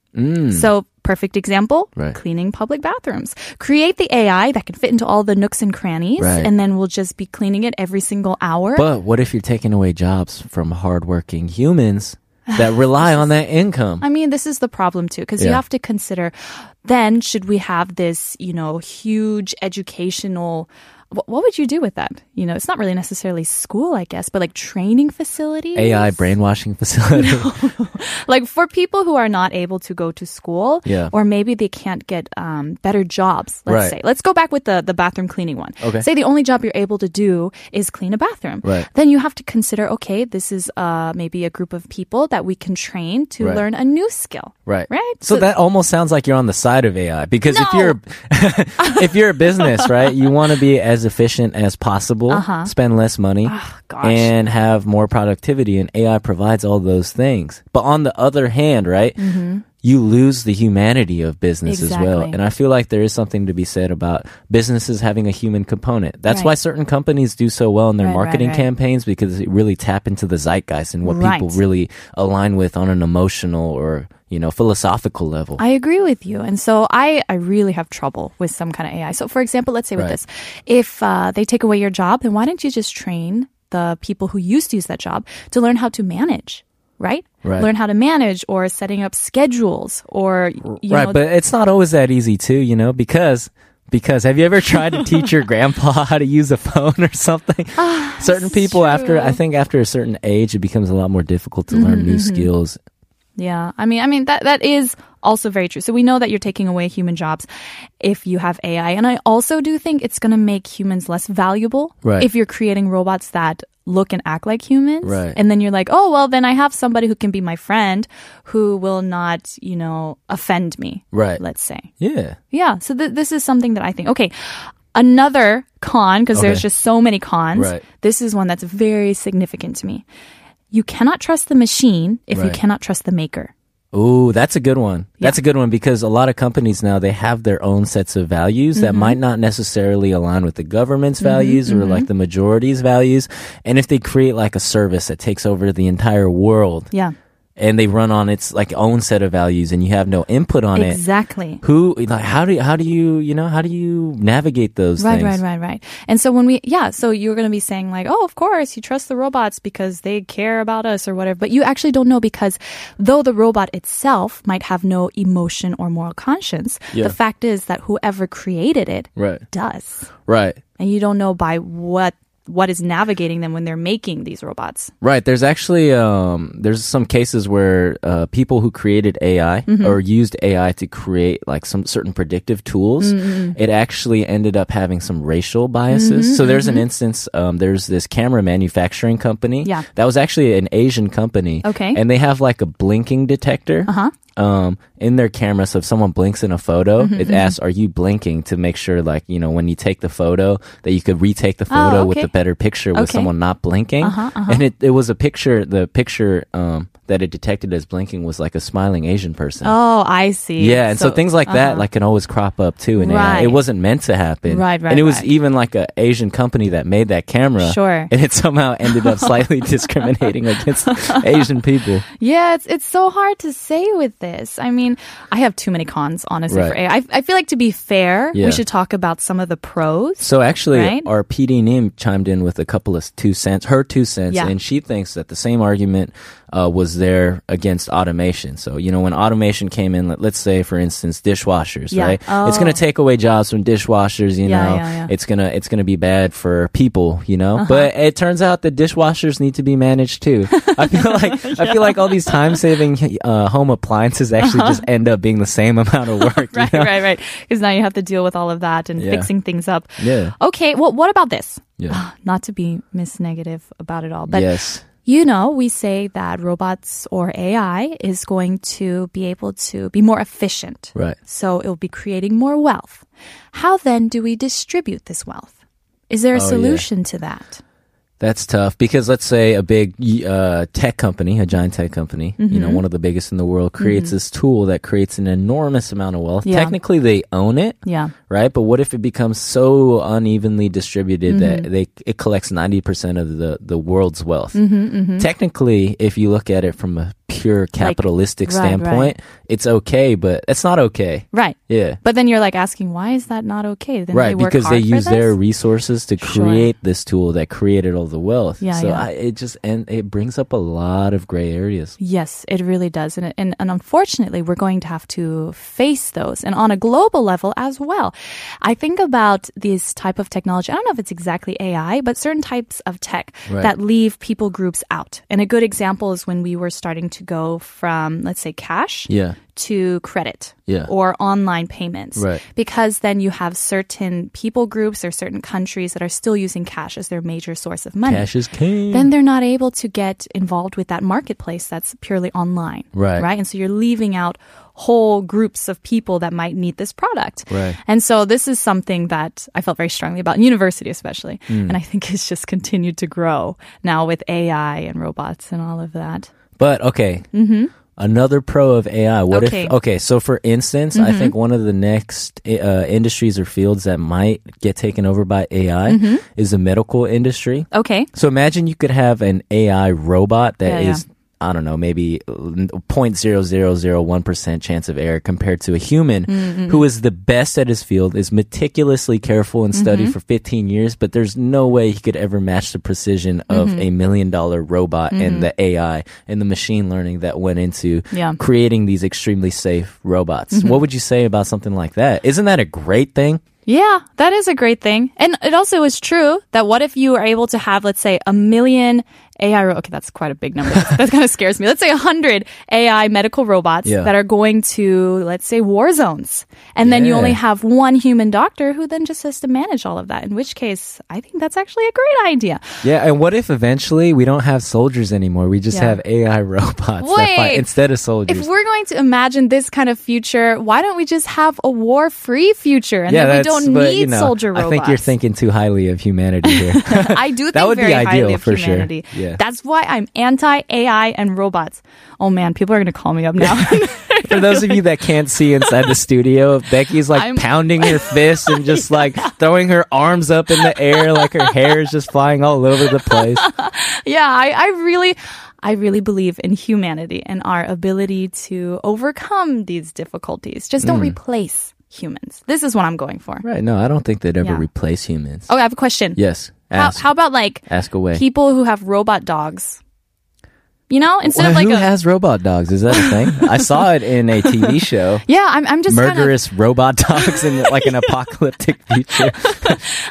Speaker 2: So, perfect example
Speaker 1: Mm. Right.
Speaker 2: cleaning public bathrooms. Create the AI that can fit into all the nooks and crannies,
Speaker 1: Right.
Speaker 2: and then we'll just be cleaning it every single hour.
Speaker 1: But what if you're taking away jobs from hardworking humans that rely on that income?
Speaker 2: I mean, this is the problem too, because you
Speaker 1: Yeah.
Speaker 2: have to consider then should we have this, you know, huge educational. wh- What would you do with that? You know, it's not really necessarily school, I guess, but like training facilities.
Speaker 1: AI brainwashing facility.
Speaker 2: Like for people who are not able to go to school,
Speaker 1: Yeah.
Speaker 2: or maybe they can't get um, better jobs,
Speaker 1: Right.
Speaker 2: let's say. Let's go back with the, the bathroom cleaning one.
Speaker 1: Okay.
Speaker 2: Say the only job you're able to do is clean a bathroom.
Speaker 1: Right.
Speaker 2: Then you have to consider okay, this is uh, maybe a group of people that we can train to
Speaker 1: Right.
Speaker 2: learn a new skill.
Speaker 1: Right.
Speaker 2: Right.
Speaker 1: So, that almost sounds like you're on the side of AI because if
Speaker 2: No.
Speaker 1: you're if you're a business, right, you want to be as efficient as possible, spend less money,
Speaker 2: Uh-huh. Oh, gosh.
Speaker 1: and have more productivity and AI provides all those things. But on the other hand, right? You lose the humanity of business as well.
Speaker 2: Mm-hmm. Exactly.
Speaker 1: And I feel like there is something to be said about businesses having a human component. That's why
Speaker 2: Right.
Speaker 1: certain companies do so well in their
Speaker 2: Right, right,
Speaker 1: marketing
Speaker 2: right.
Speaker 1: campaigns because they really tap into the zeitgeist and what people
Speaker 2: Right.
Speaker 1: really really align with on an emotional or you know philosophical level.
Speaker 2: I agree with you. And so I, I really have trouble with some kind of AI. So, for example, let's say with
Speaker 1: Right.
Speaker 2: this if uh, they take away your job, then why don't you just train the people who used to use that job to learn how to manage? Right?
Speaker 1: Right.
Speaker 2: Learn how to manage or setting up schedules or, you
Speaker 1: right,
Speaker 2: know,
Speaker 1: but it's not always that easy too, you know, because because have you ever tried to teach your grandpa how to use a phone or something?
Speaker 2: Ah,
Speaker 1: certain people after I think after a certain age it becomes a lot more difficult to
Speaker 2: Mm-hmm,
Speaker 1: learn new skills.
Speaker 2: Yeah, I mean, I mean that that is also very true. So we know that you're taking away human jobs if you have AI, and I also do think it's going to make humans less valuable
Speaker 1: Right.
Speaker 2: if you're creating robots that look and act like humans.
Speaker 1: Right.
Speaker 2: And then you're like, oh well, then I have somebody who can be my friend, who will not, you know, offend me.
Speaker 1: Right.
Speaker 2: Let's say.
Speaker 1: Yeah.
Speaker 2: Yeah. So th- this is something that I think. Okay. Another con, because there's
Speaker 1: Okay.
Speaker 2: just so many cons.
Speaker 1: Right.
Speaker 2: This is one that's very significant to me. You cannot trust the machine if you
Speaker 1: Right.
Speaker 2: cannot trust the maker.
Speaker 1: Ooh, that's a good one. That's a good one because a lot of companies now they have their own sets of values that
Speaker 2: Mm-hmm.
Speaker 1: might not necessarily align with the government's values or like the majority's values. And if they create like a service that takes over the entire world
Speaker 2: Yeah.
Speaker 1: and they run on its like own set of values and you have no input on it,
Speaker 2: Exactly.
Speaker 1: who like how do how do you you know how do you navigate those
Speaker 2: Right,
Speaker 1: things?
Speaker 2: right, right, right. And so when we, yeah, so you're going to be saying like, oh, of course, you trust the robots because they care about us or whatever. But you actually don't know because though the robot itself might have no emotion or moral conscience,
Speaker 1: Yeah.
Speaker 2: the fact is that whoever created it
Speaker 1: right,
Speaker 2: does.
Speaker 1: right.
Speaker 2: And you don't know by what what is navigating them when they're making these robots.
Speaker 1: Right. There's actually um, there's some cases where uh, people who created AI
Speaker 2: Mm-hmm.
Speaker 1: or used AI to create like some certain predictive tools,
Speaker 2: Mm,
Speaker 1: it actually ended up having some racial biases.
Speaker 2: Mm-hmm,
Speaker 1: so there's an instance. Um, there's this camera manufacturing company.
Speaker 2: Yeah.
Speaker 1: That was actually an Asian company.
Speaker 2: Okay.
Speaker 1: And they have like a blinking detector. Uh
Speaker 2: Uh-huh.
Speaker 1: huh. Um, in their camera, so if someone blinks in a photo,
Speaker 2: Mm-hmm,
Speaker 1: it asks, "Are you blinking?" to make sure, like you know, when you take the photo, that you could retake the photo
Speaker 2: Oh,
Speaker 1: with
Speaker 2: okay. Uh-huh,
Speaker 1: a better picture with
Speaker 2: Okay.
Speaker 1: someone not blinking and it, it was a picture the picture um that it detected as blinking was like a smiling Asian person.
Speaker 2: Oh, I see.
Speaker 1: Yeah, and so, things like that like can always crop up too in AI. It
Speaker 2: Right.
Speaker 1: wasn't meant to happen.
Speaker 2: Right, right,
Speaker 1: And it was
Speaker 2: right.
Speaker 1: even like a Asian company that made that camera.
Speaker 2: Sure.
Speaker 1: And it somehow ended up slightly discriminating against Asian people.
Speaker 2: Yeah, it's it's so hard to say with this. I mean, I have too many cons, honestly, for
Speaker 1: Right.
Speaker 2: AI. I, I feel like to be fair,
Speaker 1: Yeah.
Speaker 2: we should talk about some of the pros.
Speaker 1: So actually,
Speaker 2: Right?
Speaker 1: our PD Nim chimed in with a couple of two cents, her two cents,
Speaker 2: Yeah.
Speaker 1: and she thinks that the same argument uh, was there against automation. So you know, when automation came in, let, let's say for instance, dishwashers,
Speaker 2: Yeah. Oh.
Speaker 1: right? It's going to take away jobs from dishwashers. You
Speaker 2: Yeah,
Speaker 1: know,
Speaker 2: yeah, yeah. Uh-huh.
Speaker 1: it's gonna it's gonna be bad for people. You know, but it turns out that dishwashers need to be managed too. I feel like I feel like all these time saving uh, home appliances actually just end up being the same amount of work. you
Speaker 2: Uh-huh. right,
Speaker 1: know?
Speaker 2: right, right. Because now you have to deal with all of that and
Speaker 1: Yeah.
Speaker 2: fixing things up.
Speaker 1: Yeah.
Speaker 2: Okay. Well, what about this?
Speaker 1: Yeah.
Speaker 2: Not to be miss negative about it all, but
Speaker 1: yes.
Speaker 2: you know, we say that robots or AI is going to be able to be more efficient.
Speaker 1: Right.
Speaker 2: So it will be creating more wealth. How then do we distribute this wealth? Is there a
Speaker 1: Oh, yeah.
Speaker 2: solution to that?
Speaker 1: That's tough because let's say a big uh, tech company, a giant tech company, you
Speaker 2: Mm-hmm.
Speaker 1: know, one of the biggest in the world, creates this tool that creates an enormous amount of wealth.
Speaker 2: Yeah. Mm-hmm.
Speaker 1: Technically, they own it,
Speaker 2: Yeah.
Speaker 1: right? But what if it becomes so unevenly distributed
Speaker 2: Mm-hmm.
Speaker 1: that they it collects ninety percent of the the world's wealth?
Speaker 2: Mm-hmm,
Speaker 1: Technically, if you look at it from a pure capitalistic
Speaker 2: right, right.
Speaker 1: standpoint, it's okay, but it's not okay.
Speaker 2: Right.
Speaker 1: Yeah.
Speaker 2: But then you're like asking, why is that not okay? Then
Speaker 1: Right,
Speaker 2: they work
Speaker 1: because they
Speaker 2: hard for
Speaker 1: use their
Speaker 2: this?
Speaker 1: resources to
Speaker 2: Sure.
Speaker 1: create this tool that created all the wealth.
Speaker 2: Yeah,
Speaker 1: so
Speaker 2: yeah.
Speaker 1: I, it just and it brings up a lot of gray areas.
Speaker 2: Yes, it really does. And, and, and unfortunately, we're going to have to face those and on a global level as well. I think about this type of technology. I don't know if it's exactly AI, but certain types of tech
Speaker 1: Right.
Speaker 2: that leave people groups out. And a good example is when we were starting to go from, let's say, cash
Speaker 1: Yeah,
Speaker 2: to credit
Speaker 1: Yeah.
Speaker 2: or online payments.
Speaker 1: Right.
Speaker 2: Because then you have certain people groups or certain countries that are still using cash as their major source of money
Speaker 1: cash is king.
Speaker 2: then they're not able to get involved with that marketplace that's purely online.
Speaker 1: Right.
Speaker 2: Right. And so you're leaving out whole groups of people that might need this product.
Speaker 1: Right.
Speaker 2: And so this is something that I felt very strongly about in university, especially.
Speaker 1: Mm.
Speaker 2: And I think it's just continued to grow now with AI and robots and all of that.
Speaker 1: but okay, mm-hmm. another pro of AI. What
Speaker 2: Okay. Mm-hmm.
Speaker 1: if? Okay, so for instance, I think one of the next uh, industries or fields that might get taken over by AI
Speaker 2: Mm-hmm.
Speaker 1: is the medical industry.
Speaker 2: Okay.
Speaker 1: So imagine you could have an AI robot that
Speaker 2: Yeah, yeah.
Speaker 1: is, I don't know, maybe 0.0001% chance of error compared to a human
Speaker 2: Mm-hmm.
Speaker 1: who is the best at his field, is meticulously careful and studied
Speaker 2: Mm-hmm.
Speaker 1: for 15 years, but there's no way he could ever match the precision of
Speaker 2: Mm-hmm.
Speaker 1: a million dollar robot and the AI and the machine learning that went into
Speaker 2: Yeah. Mm-hmm.
Speaker 1: creating these extremely safe robots. What would you say about something like that? Isn't that a great thing?
Speaker 2: Yeah, that is a great thing. And it also is true that what if you are able to have, let's say, a million AI, ro- okay, that's quite a big number. that kind of scares me. Let's say a hundred AI medical robots
Speaker 1: Yeah.
Speaker 2: that are going to, let's say, war zones. And then you
Speaker 1: Yeah.
Speaker 2: only have one human doctor who then just has to manage all of that. In which case, I think that's actually a great idea.
Speaker 1: Yeah, and what if eventually we don't have soldiers anymore? We just have
Speaker 2: Yeah.
Speaker 1: AI robots that fight
Speaker 2: Wait.
Speaker 1: instead of soldiers.
Speaker 2: If we're going to imagine this kind of future, why don't we just have a war-free future and then we
Speaker 1: that's-
Speaker 2: don't
Speaker 1: but,
Speaker 2: need soldier robots?
Speaker 1: I think you're thinking too highly of humanity here.
Speaker 2: I do think
Speaker 1: That would be
Speaker 2: very
Speaker 1: ideal
Speaker 2: highly of
Speaker 1: for sure.
Speaker 2: humanity.
Speaker 1: Yeah.
Speaker 2: That's why I'm anti AI and robots. Oh man, people are gonna call me up now.
Speaker 1: For those of you that can't see inside the studio, Becky's like
Speaker 2: I'm-
Speaker 1: pounding her fist and just like throwing her arms up in the air, like her hair is just flying all over the place.
Speaker 2: yeah, I, I really I really believe in humanity and our ability to overcome these difficulties. Just don't replace humans. This is what I'm going for.
Speaker 1: Hmm. Right? No, I don't think they'd ever
Speaker 2: Yeah.
Speaker 1: replace humans.
Speaker 2: Okay, I have a question.
Speaker 1: Yes.
Speaker 2: How,
Speaker 1: Ask.
Speaker 2: how about like
Speaker 1: ask away.
Speaker 2: people who have robot dogs? You know, instead
Speaker 1: Well,
Speaker 2: of like
Speaker 1: who
Speaker 2: a
Speaker 1: has robot dogs? Is that a thing? I saw it in a TV show.
Speaker 2: yeah, I'm, I'm just kind of
Speaker 1: murderous robot dogs in like an apocalyptic future.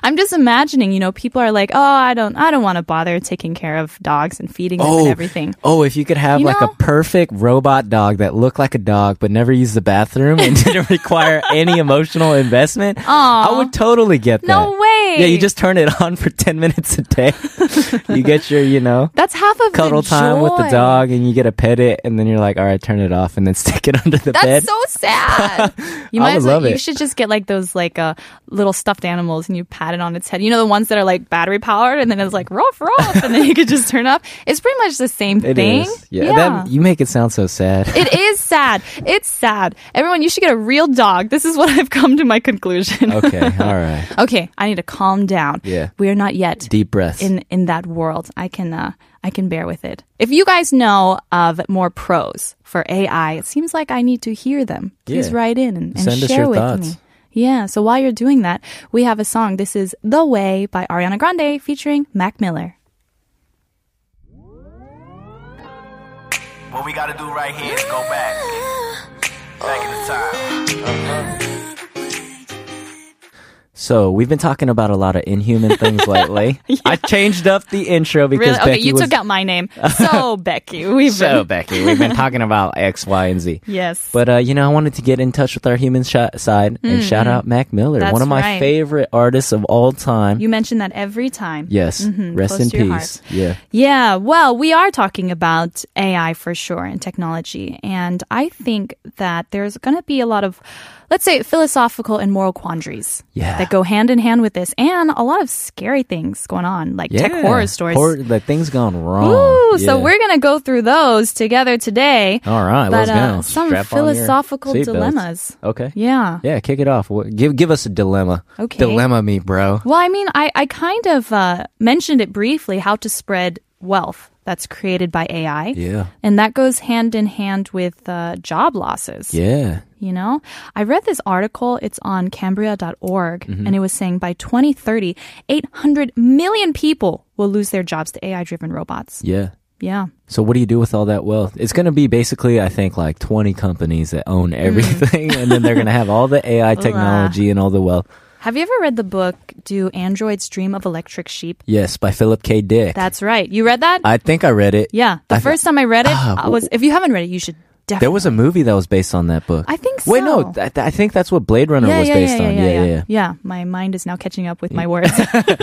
Speaker 2: I'm just imagining, you know, people are like, oh, I don't, I don't want to bother taking care of dogs and feeding them and everything.
Speaker 1: oh, if you could have
Speaker 2: You
Speaker 1: like
Speaker 2: know?
Speaker 1: a perfect robot dog that looked like a dog but never used the bathroom and didn't require any emotional investment, I would totally get that.
Speaker 2: No way. way.
Speaker 1: Yeah, you just turn it on for 10 minutes a day. you get your, you know,
Speaker 2: That's half of
Speaker 1: cuddle
Speaker 2: the
Speaker 1: time with the
Speaker 2: joy.
Speaker 1: dog and you get to pet it and then you're like, all right, turn it off and then stick it under the
Speaker 2: That's
Speaker 1: bed.
Speaker 2: so sad. You
Speaker 1: I
Speaker 2: might
Speaker 1: would
Speaker 2: as well,
Speaker 1: love
Speaker 2: you
Speaker 1: it.
Speaker 2: should just get like those like uh, little stuffed animals and you pat it on its head. You know the ones that are like battery powered and then it's like rough rough and then you could just turn up. It's pretty much the same
Speaker 1: It
Speaker 2: thing.
Speaker 1: is. Yeah, That, you make it sound so sad.
Speaker 2: it is sad. It's sad. Everyone, you should get a real dog. This is what I've come to my conclusion.
Speaker 1: okay, all right.
Speaker 2: okay, I need to calm down.
Speaker 1: Yeah.
Speaker 2: We are not yet
Speaker 1: Deep breaths.
Speaker 2: in in that world. I can uh, I can bear with it. If you guys know of more pros for AI, it seems like I need to hear them. Please
Speaker 1: Yeah.
Speaker 2: write in and, and
Speaker 1: Send us
Speaker 2: share
Speaker 1: your
Speaker 2: with
Speaker 1: thoughts.
Speaker 2: me. Yeah, so while you're doing that, we have a song. This is The Way by Ariana Grande featuring Mac Miller.
Speaker 6: What we gotta do right here is go back. Back in the time.
Speaker 1: So we've been talking about a lot of inhuman things lately. I changed up the intro because
Speaker 2: Really? Okay,
Speaker 1: Becky
Speaker 2: you
Speaker 1: was
Speaker 2: took out my name. So Becky, we've
Speaker 1: so
Speaker 2: been-
Speaker 1: Becky. We've been talking about X, Y, and Z.
Speaker 2: yes.
Speaker 1: But uh, you know, I wanted to get in touch with our human sh- side and shout out Mac Miller,
Speaker 2: Mm-hmm. That's
Speaker 1: one of my
Speaker 2: right.
Speaker 1: favorite artists of all time.
Speaker 2: you mention that every time.
Speaker 1: yes, rest
Speaker 2: close
Speaker 1: in
Speaker 2: to your
Speaker 1: peace. Yeah,
Speaker 2: Yeah, well, we are talking about AI for sure and technology. And I think that there's going to be a lot of, let's say, philosophical and moral quandaries
Speaker 1: Yeah.
Speaker 2: that go hand in hand with this, and a lot of scary things going on, like
Speaker 1: yeah.
Speaker 2: tech horror stories.
Speaker 1: Horror- the thing's gone wrong.
Speaker 2: Ooh,
Speaker 1: Yeah. Oh.
Speaker 2: so we're going to go through those together today.
Speaker 1: all right.
Speaker 2: but
Speaker 1: let's
Speaker 2: uh,
Speaker 1: go.
Speaker 2: some
Speaker 1: Strap on your
Speaker 2: philosophical
Speaker 1: seatbelts.
Speaker 2: dilemmas.
Speaker 1: Okay.
Speaker 2: Yeah.
Speaker 1: Yeah, kick it off. Wh- Give give us a dilemma.
Speaker 2: Okay.
Speaker 1: Dilemma me, bro.
Speaker 2: Well, I mean, I, I kind of uh, mentioned it briefly how to spread wealth that's created by AI.
Speaker 1: Yeah.
Speaker 2: And that goes hand in hand with uh, job losses.
Speaker 1: Yeah.
Speaker 2: You know, I read this article, it's on Cambria.org,
Speaker 1: Mm-hmm.
Speaker 2: and it was saying by 2030, 800 million people will lose their jobs to AI driven robots.
Speaker 1: Yeah.
Speaker 2: Yeah.
Speaker 1: So what do you do with all that wealth? It's going to be basically, I think, like 20 companies that own
Speaker 2: Mm.
Speaker 1: everything, and then they're going to have all the AI technology and all the wealth.
Speaker 2: Have you ever read the book, Do Androids Dream of Electric Sheep?
Speaker 1: Yes, by Philip K. Dick.
Speaker 2: That's right. You read that?
Speaker 1: I think I read it.
Speaker 2: yeah. The
Speaker 1: I-
Speaker 2: first time I read it,
Speaker 1: Ah,
Speaker 2: I was, if you haven't read it, you should definitely.
Speaker 1: There was a movie that was based on that book.
Speaker 2: I think
Speaker 1: Wait, no,
Speaker 2: so.
Speaker 1: th- th- I think that's what Blade Runner was based on. yeah, yeah.
Speaker 2: Yeah, my mind is now catching up with my words.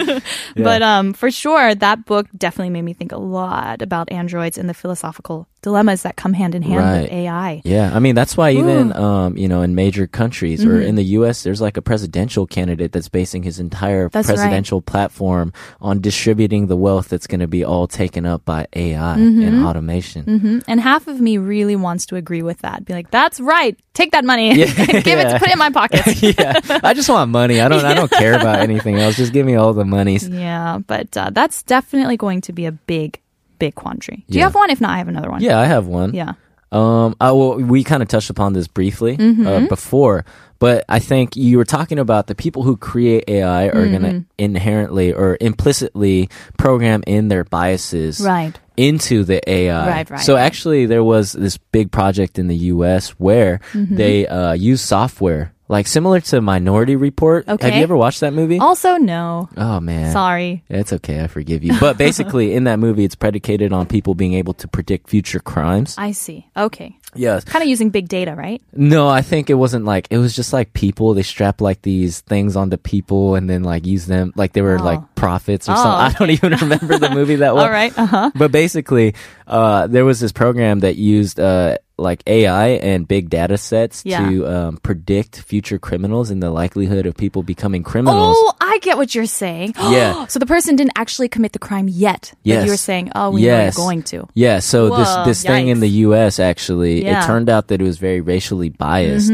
Speaker 2: But um, for sure, that book definitely made me think a lot about androids and the philosophical dilemmas that come hand in hand with
Speaker 1: Right.
Speaker 2: AI.
Speaker 1: Yeah, I mean that's why even um, you know in major countries or
Speaker 2: Mm-hmm.
Speaker 1: in the U.S. there's like a presidential candidate that's basing his entire
Speaker 2: That's right.
Speaker 1: presidential platform on distributing the wealth that's going to be all taken up by AI and automation.
Speaker 2: hmm And half of me really wants to agree with that. Be like, that's right. Take that money. Give it. Put it in my pocket.
Speaker 1: yeah, I just want money. I don't. I don't care about anything else. Just give me all the monies.
Speaker 2: yeah, but uh, that's definitely going to be a big, big quandary. Do you
Speaker 1: Yeah.
Speaker 2: have one? If not, I have another one.
Speaker 1: Yeah, I have one.
Speaker 2: Yeah.
Speaker 1: Um, I, well, we kind of touched upon this briefly
Speaker 2: Mm-hmm.
Speaker 1: uh, before, but I think you were talking about the people who create AI are going to
Speaker 2: Mm-hmm.
Speaker 1: inherently or implicitly program in their biases
Speaker 2: Right.
Speaker 1: into the AI.
Speaker 2: Right, right,
Speaker 1: So
Speaker 2: right.
Speaker 1: actually, there was this big project in the U.S. where
Speaker 2: Mm-hmm.
Speaker 1: they uh, use software. Like similar to Minority Report. Have
Speaker 2: Okay.
Speaker 1: you ever watched that movie?
Speaker 2: Also, no.
Speaker 1: oh man.
Speaker 2: Sorry.
Speaker 1: It's okay, I forgive you. But basically, in that movie, it's predicated on people being able to predict future crimes.
Speaker 2: I see. Okay.
Speaker 1: yes.
Speaker 2: Kind of using big data, right?
Speaker 1: No, I think it wasn't like it was just like people. They strap like these things onto people and then like use them like they were like prophets or
Speaker 2: Oh,
Speaker 1: something. I don't even remember the movie that well.
Speaker 2: All right. Uh huh.
Speaker 1: But basically, uh, there was this program that used uh, like AI and big data sets
Speaker 2: Yeah.
Speaker 1: to um, predict future criminals and the likelihood of people becoming criminals.
Speaker 2: Oh, I get what you're saying.
Speaker 1: Yeah.
Speaker 2: so the person didn't actually commit the crime yet.
Speaker 1: Yes.
Speaker 2: But you were saying, oh,
Speaker 1: Yes.
Speaker 2: we know you're going to.
Speaker 1: Yeah, so
Speaker 2: Whoa,
Speaker 1: this this thing in
Speaker 2: yikes.
Speaker 1: the U.S. actually,
Speaker 2: Yeah. Mm-hmm,
Speaker 1: it turned out that it was very racially biased.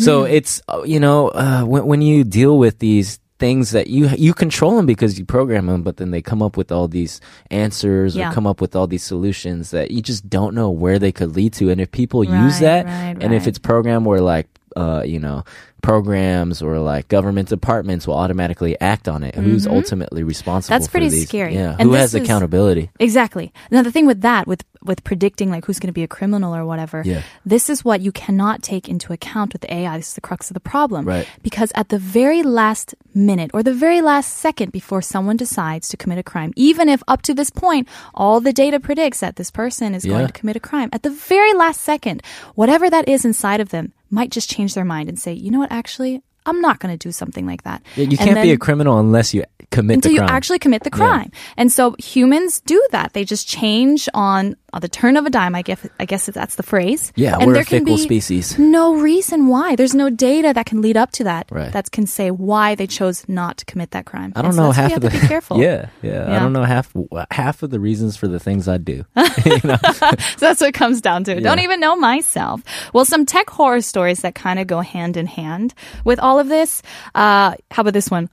Speaker 1: So it's uh, you know uh, when when you deal with these things that you you control them because you program them, but then they come up with all these answers or
Speaker 2: Yeah.
Speaker 1: come up with all these solutions that you just don't know where they could lead to. And if people use
Speaker 2: Right,
Speaker 1: that,
Speaker 2: right,
Speaker 1: and if
Speaker 2: right.
Speaker 1: it's programmed where like uh, you know programs or like government departments will automatically act on it, who's ultimately responsible?
Speaker 2: Mm-hmm. That's
Speaker 1: for
Speaker 2: pretty
Speaker 1: these?
Speaker 2: scary.
Speaker 1: Yeah, who
Speaker 2: And this
Speaker 1: has
Speaker 2: is-
Speaker 1: accountability?
Speaker 2: Exactly. Now the thing with that, with with predicting like who's going to be a criminal or whatever,
Speaker 1: Yeah.
Speaker 2: this is what you cannot take into account with AI. This is the crux of the problem,
Speaker 1: Right.
Speaker 2: Because at the very last minute or the very last second before someone decides to commit a crime, even if up to this point all the data predicts that this person is going
Speaker 1: Yeah.
Speaker 2: to commit a crime, at the very last second, whatever that is inside of them might just change their mind and say, you know what, actually. I'm not going to do something like that.
Speaker 1: Yeah, you
Speaker 2: And
Speaker 1: can't be
Speaker 2: then-
Speaker 1: a criminal unless you commit
Speaker 2: until
Speaker 1: the
Speaker 2: you
Speaker 1: crime.
Speaker 2: actually commit the crime. And so humans do that. They just change on uh, the turn of a dime. I guess I guess that's the phrase.
Speaker 1: Yeah,
Speaker 2: and
Speaker 1: we're
Speaker 2: there
Speaker 1: a
Speaker 2: can
Speaker 1: fickle
Speaker 2: be
Speaker 1: species.
Speaker 2: No reason why. There's no data that can lead up to that.
Speaker 1: Right.
Speaker 2: That can say why they chose not to commit that crime.
Speaker 1: I don't
Speaker 2: And so
Speaker 1: know
Speaker 2: that's why
Speaker 1: half
Speaker 2: you
Speaker 1: of
Speaker 2: have
Speaker 1: the
Speaker 2: to be careful.
Speaker 1: yeah, yeah, I
Speaker 2: Yeah.
Speaker 1: don't know half half of the reasons for the things I do.
Speaker 2: So that's what it comes down to. Don't even know myself. Well, some tech horror stories that kind of go hand in hand with all of this. Uh, how about this one?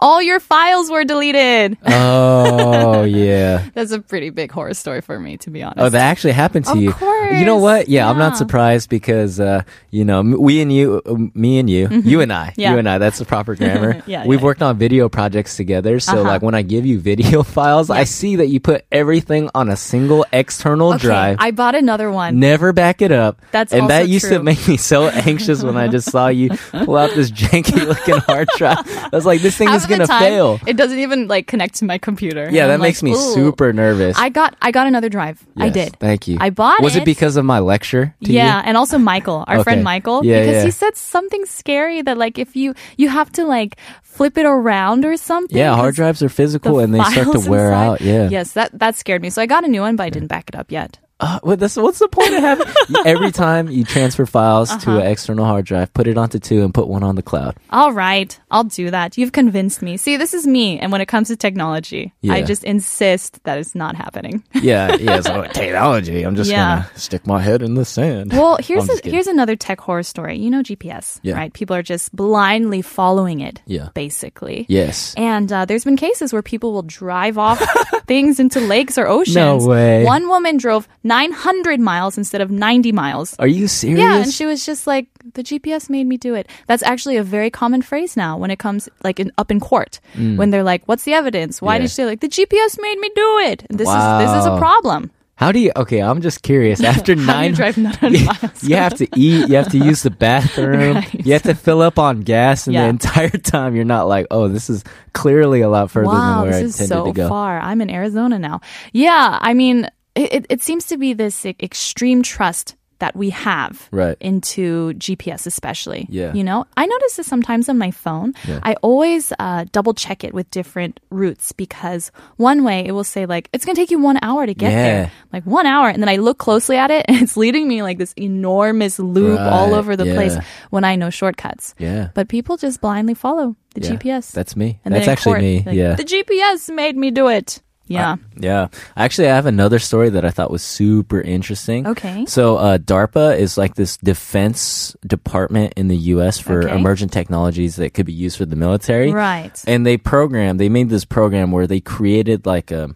Speaker 2: All your files were deleted.
Speaker 1: Uh. oh yeah.
Speaker 2: That's a pretty big horror story for me, to be honest.
Speaker 1: Oh, that actually happened to
Speaker 2: Of
Speaker 1: you. You know
Speaker 2: course,
Speaker 1: what? Yeah, I'm not
Speaker 2: yeah.
Speaker 1: surprised because uh, you know m- we and you, uh, me and you, you and I,
Speaker 2: Mm-hmm. Yeah.
Speaker 1: you and I. That's the proper grammar.
Speaker 2: Yeah,
Speaker 1: We've
Speaker 2: yeah.
Speaker 1: worked on video projects together, so
Speaker 2: Uh-huh.
Speaker 1: like when I give you video files, I see that you put everything on a single external
Speaker 2: Okay,
Speaker 1: drive.
Speaker 2: I bought another one.
Speaker 1: Never back it up.
Speaker 2: That's
Speaker 1: and that
Speaker 2: also
Speaker 1: used to
Speaker 2: true.
Speaker 1: make me so anxious when I just saw you pull out this janky looking hard drive. I was like, this thing
Speaker 2: Half
Speaker 1: is
Speaker 2: of the
Speaker 1: gonna
Speaker 2: time,
Speaker 1: fail.
Speaker 2: It doesn't even like connect to my computer.
Speaker 1: Yeah, that
Speaker 2: I'm
Speaker 1: makes
Speaker 2: like,
Speaker 1: me
Speaker 2: "Ooh."
Speaker 1: super nervous.
Speaker 2: I got I got another drive. I
Speaker 1: Yes,
Speaker 2: did.
Speaker 1: Thank you.
Speaker 2: I bought
Speaker 1: Was it
Speaker 2: it.
Speaker 1: because of my lecture? To
Speaker 2: yeah,
Speaker 1: You?
Speaker 2: and also Michael, our
Speaker 1: Okay.
Speaker 2: friend Michael,
Speaker 1: Yeah,
Speaker 2: because
Speaker 1: yeah.
Speaker 2: he said something scary that like if you you have to like flip it around or something.
Speaker 1: Yeah, hard
Speaker 2: 'cause
Speaker 1: drives are
Speaker 2: the
Speaker 1: physical and they start to
Speaker 2: files
Speaker 1: wear
Speaker 2: inside-
Speaker 1: out. Yeah.
Speaker 2: Yes, that that scared me. So I got a new one, but I didn't back it up yet.
Speaker 1: Uh, what- that's- what's the point of having every time you transfer files
Speaker 2: Uh-huh.
Speaker 1: to an external hard drive, put it onto two and put one on the cloud.
Speaker 2: All right, I'll do that. You've convinced me. See, this is me, and when it comes to technology, I
Speaker 1: Yeah.
Speaker 2: just insist that it's not happening.
Speaker 1: Yeah, yeah. It's like technology. I'm just
Speaker 2: Yeah.
Speaker 1: gonna stick my head in the sand.
Speaker 2: Well,
Speaker 1: I'm
Speaker 2: here's a,
Speaker 1: just kidding.
Speaker 2: here's another tech horror story. You know GPS,
Speaker 1: Yeah.
Speaker 2: right? People are just blindly following it,
Speaker 1: Yeah.
Speaker 2: basically.
Speaker 1: yes.
Speaker 2: And uh, there's been cases where people will drive off things into lakes or oceans.
Speaker 1: way.
Speaker 2: One woman drove 900 miles instead of 90 miles.
Speaker 1: Are you serious?
Speaker 2: Yeah, and she was just like, the GPS made me do it. That's actually a very common phrase now when it comes like in, up in court when they're like, "What's the evidence? Why
Speaker 1: Mm. Yeah.
Speaker 2: did she?" Like, the GPS made me do it. This is this is a
Speaker 1: Wow.
Speaker 2: problem.
Speaker 1: How do you? Okay, I'm just curious. After
Speaker 2: How do you
Speaker 1: nine,
Speaker 2: drive 900 miles?
Speaker 1: you have to eat. You have to use the bathroom.
Speaker 2: Right.
Speaker 1: You have to fill up on gas, and the
Speaker 2: Yeah.
Speaker 1: entire time you're not like, "Oh, this is clearly a lot further than
Speaker 2: wow,
Speaker 1: where I
Speaker 2: this
Speaker 1: intended
Speaker 2: is so
Speaker 1: to go."
Speaker 2: far. I'm in Arizona now. Yeah, I mean, it, it, it seems to be this e- extreme trust that we have
Speaker 1: Right.
Speaker 2: into GPS, especially.
Speaker 1: Yeah.
Speaker 2: You know, I notice this sometimes on my phone. I always uh, double check it with different routes because one way it will say, like, it's going to take you one hour to get
Speaker 1: Yeah.
Speaker 2: there. Like, one hour. And then I look closely at it and it's leading me like this enormous loop all
Speaker 1: Right,
Speaker 2: over the place
Speaker 1: yeah.
Speaker 2: when I know shortcuts.
Speaker 1: Yeah.
Speaker 2: But people just blindly follow the
Speaker 1: Yeah,
Speaker 2: GPS.
Speaker 1: That's me.
Speaker 2: And
Speaker 1: that's
Speaker 2: then in
Speaker 1: actually
Speaker 2: court,
Speaker 1: me.
Speaker 2: like,
Speaker 1: yeah.
Speaker 2: The GPS made me do it. Yeah.
Speaker 1: Yeah. Actually, I have another story that I thought was super interesting.
Speaker 2: Okay.
Speaker 1: So, uh, DARPA is like this defense department in the U.S. for
Speaker 2: Okay.
Speaker 1: emergent technologies that could be used for the military.
Speaker 2: Right.
Speaker 1: And they programmed, they made this program where they created like um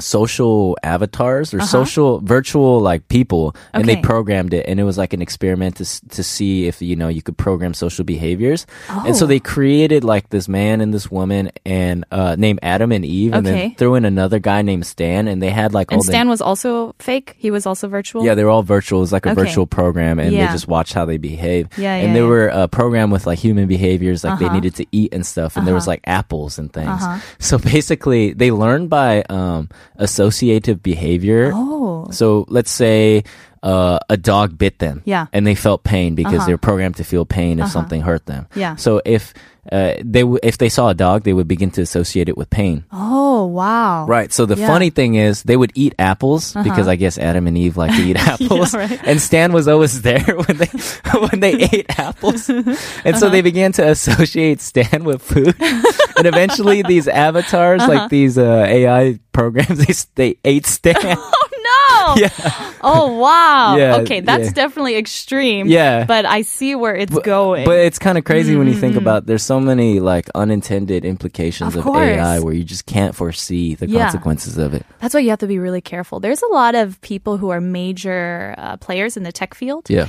Speaker 1: social avatars or social virtual like people and they
Speaker 2: Uh-huh. Okay.
Speaker 1: programmed it and it was like an experiment to, s- to see if you know you could program social behaviors and so
Speaker 2: Oh.
Speaker 1: they created like this man and this woman and uh named adam and eve and then
Speaker 2: Okay.
Speaker 1: threw in another guy named stan and they had like all
Speaker 2: and
Speaker 1: the
Speaker 2: Stan was also fake. He was also virtual.
Speaker 1: yeah, they were all virtual. It was like a
Speaker 2: Okay.
Speaker 1: virtual program, and they
Speaker 2: Yeah.
Speaker 1: just watched how they behave.
Speaker 2: Yeah,
Speaker 1: and
Speaker 2: yeah,
Speaker 1: they
Speaker 2: yeah. Uh-huh.
Speaker 1: were uh, programmed with like human behaviors, like they needed to eat and stuff, and there was like apples and things. So basically, they learn by um, associative behavior.
Speaker 2: Oh.
Speaker 1: So let's say uh, a dog bit them,
Speaker 2: Yeah. Uh-huh.
Speaker 1: and they felt pain because they were programmed to feel pain if something hurt them.
Speaker 2: Yeah.
Speaker 1: So if uh, they w- if they saw a dog, they would begin to associate it with pain.
Speaker 2: Oh, wow.
Speaker 1: Right. So the
Speaker 2: Yeah. Uh-huh.
Speaker 1: funny thing is, they would eat apples because I guess Adam and Eve like to eat apples. And Stan was always there when they when they ate apples, and so
Speaker 2: Uh-huh.
Speaker 1: they began to associate Stan with food. and eventually, these avatars,
Speaker 2: Uh-huh.
Speaker 1: like these uh, AI programs, they s- they ate Stan.
Speaker 2: Oh, no. Oh, wow.
Speaker 1: Yeah,
Speaker 2: okay, that's
Speaker 1: yeah.
Speaker 2: definitely extreme.
Speaker 1: Yeah.
Speaker 2: But I see where it's going.
Speaker 1: But it's kind of crazy when you think about. There's so many like unintended implications of,
Speaker 2: mm. Of
Speaker 1: AI
Speaker 2: course.
Speaker 1: where you just can't foresee the
Speaker 2: Yeah.
Speaker 1: consequences of it.
Speaker 2: that's why you have to be really careful. There's a lot of people who are major uh, players in the tech field.
Speaker 1: Yeah.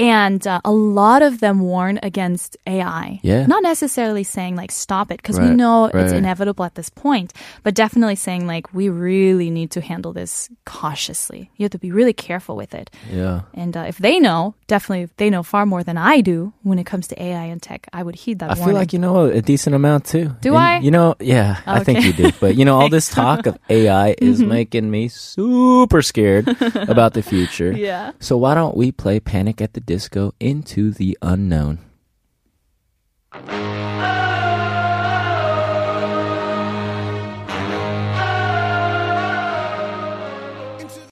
Speaker 2: And uh, a lot of them warn against AI.
Speaker 1: Yeah.
Speaker 2: Not necessarily saying like stop it because we
Speaker 1: Right,
Speaker 2: know
Speaker 1: right,
Speaker 2: it's
Speaker 1: right.
Speaker 2: inevitable at this point, but definitely saying like we really need to handle this cautiously. You have to be really careful with it.
Speaker 1: Yeah.
Speaker 2: And uh, if they know, definitely they know far more than I do when it comes to AI and tech. I would heed
Speaker 1: I
Speaker 2: that warning.
Speaker 1: feel like you know a decent amount too.
Speaker 2: Do I?
Speaker 1: You know, yeah, I think
Speaker 2: Okay. Mm-hmm.
Speaker 1: you do. But you know, all this talk of AI is making me super scared about the future.
Speaker 2: Yeah.
Speaker 1: So why don't we play Panic at the Disco into the unknown?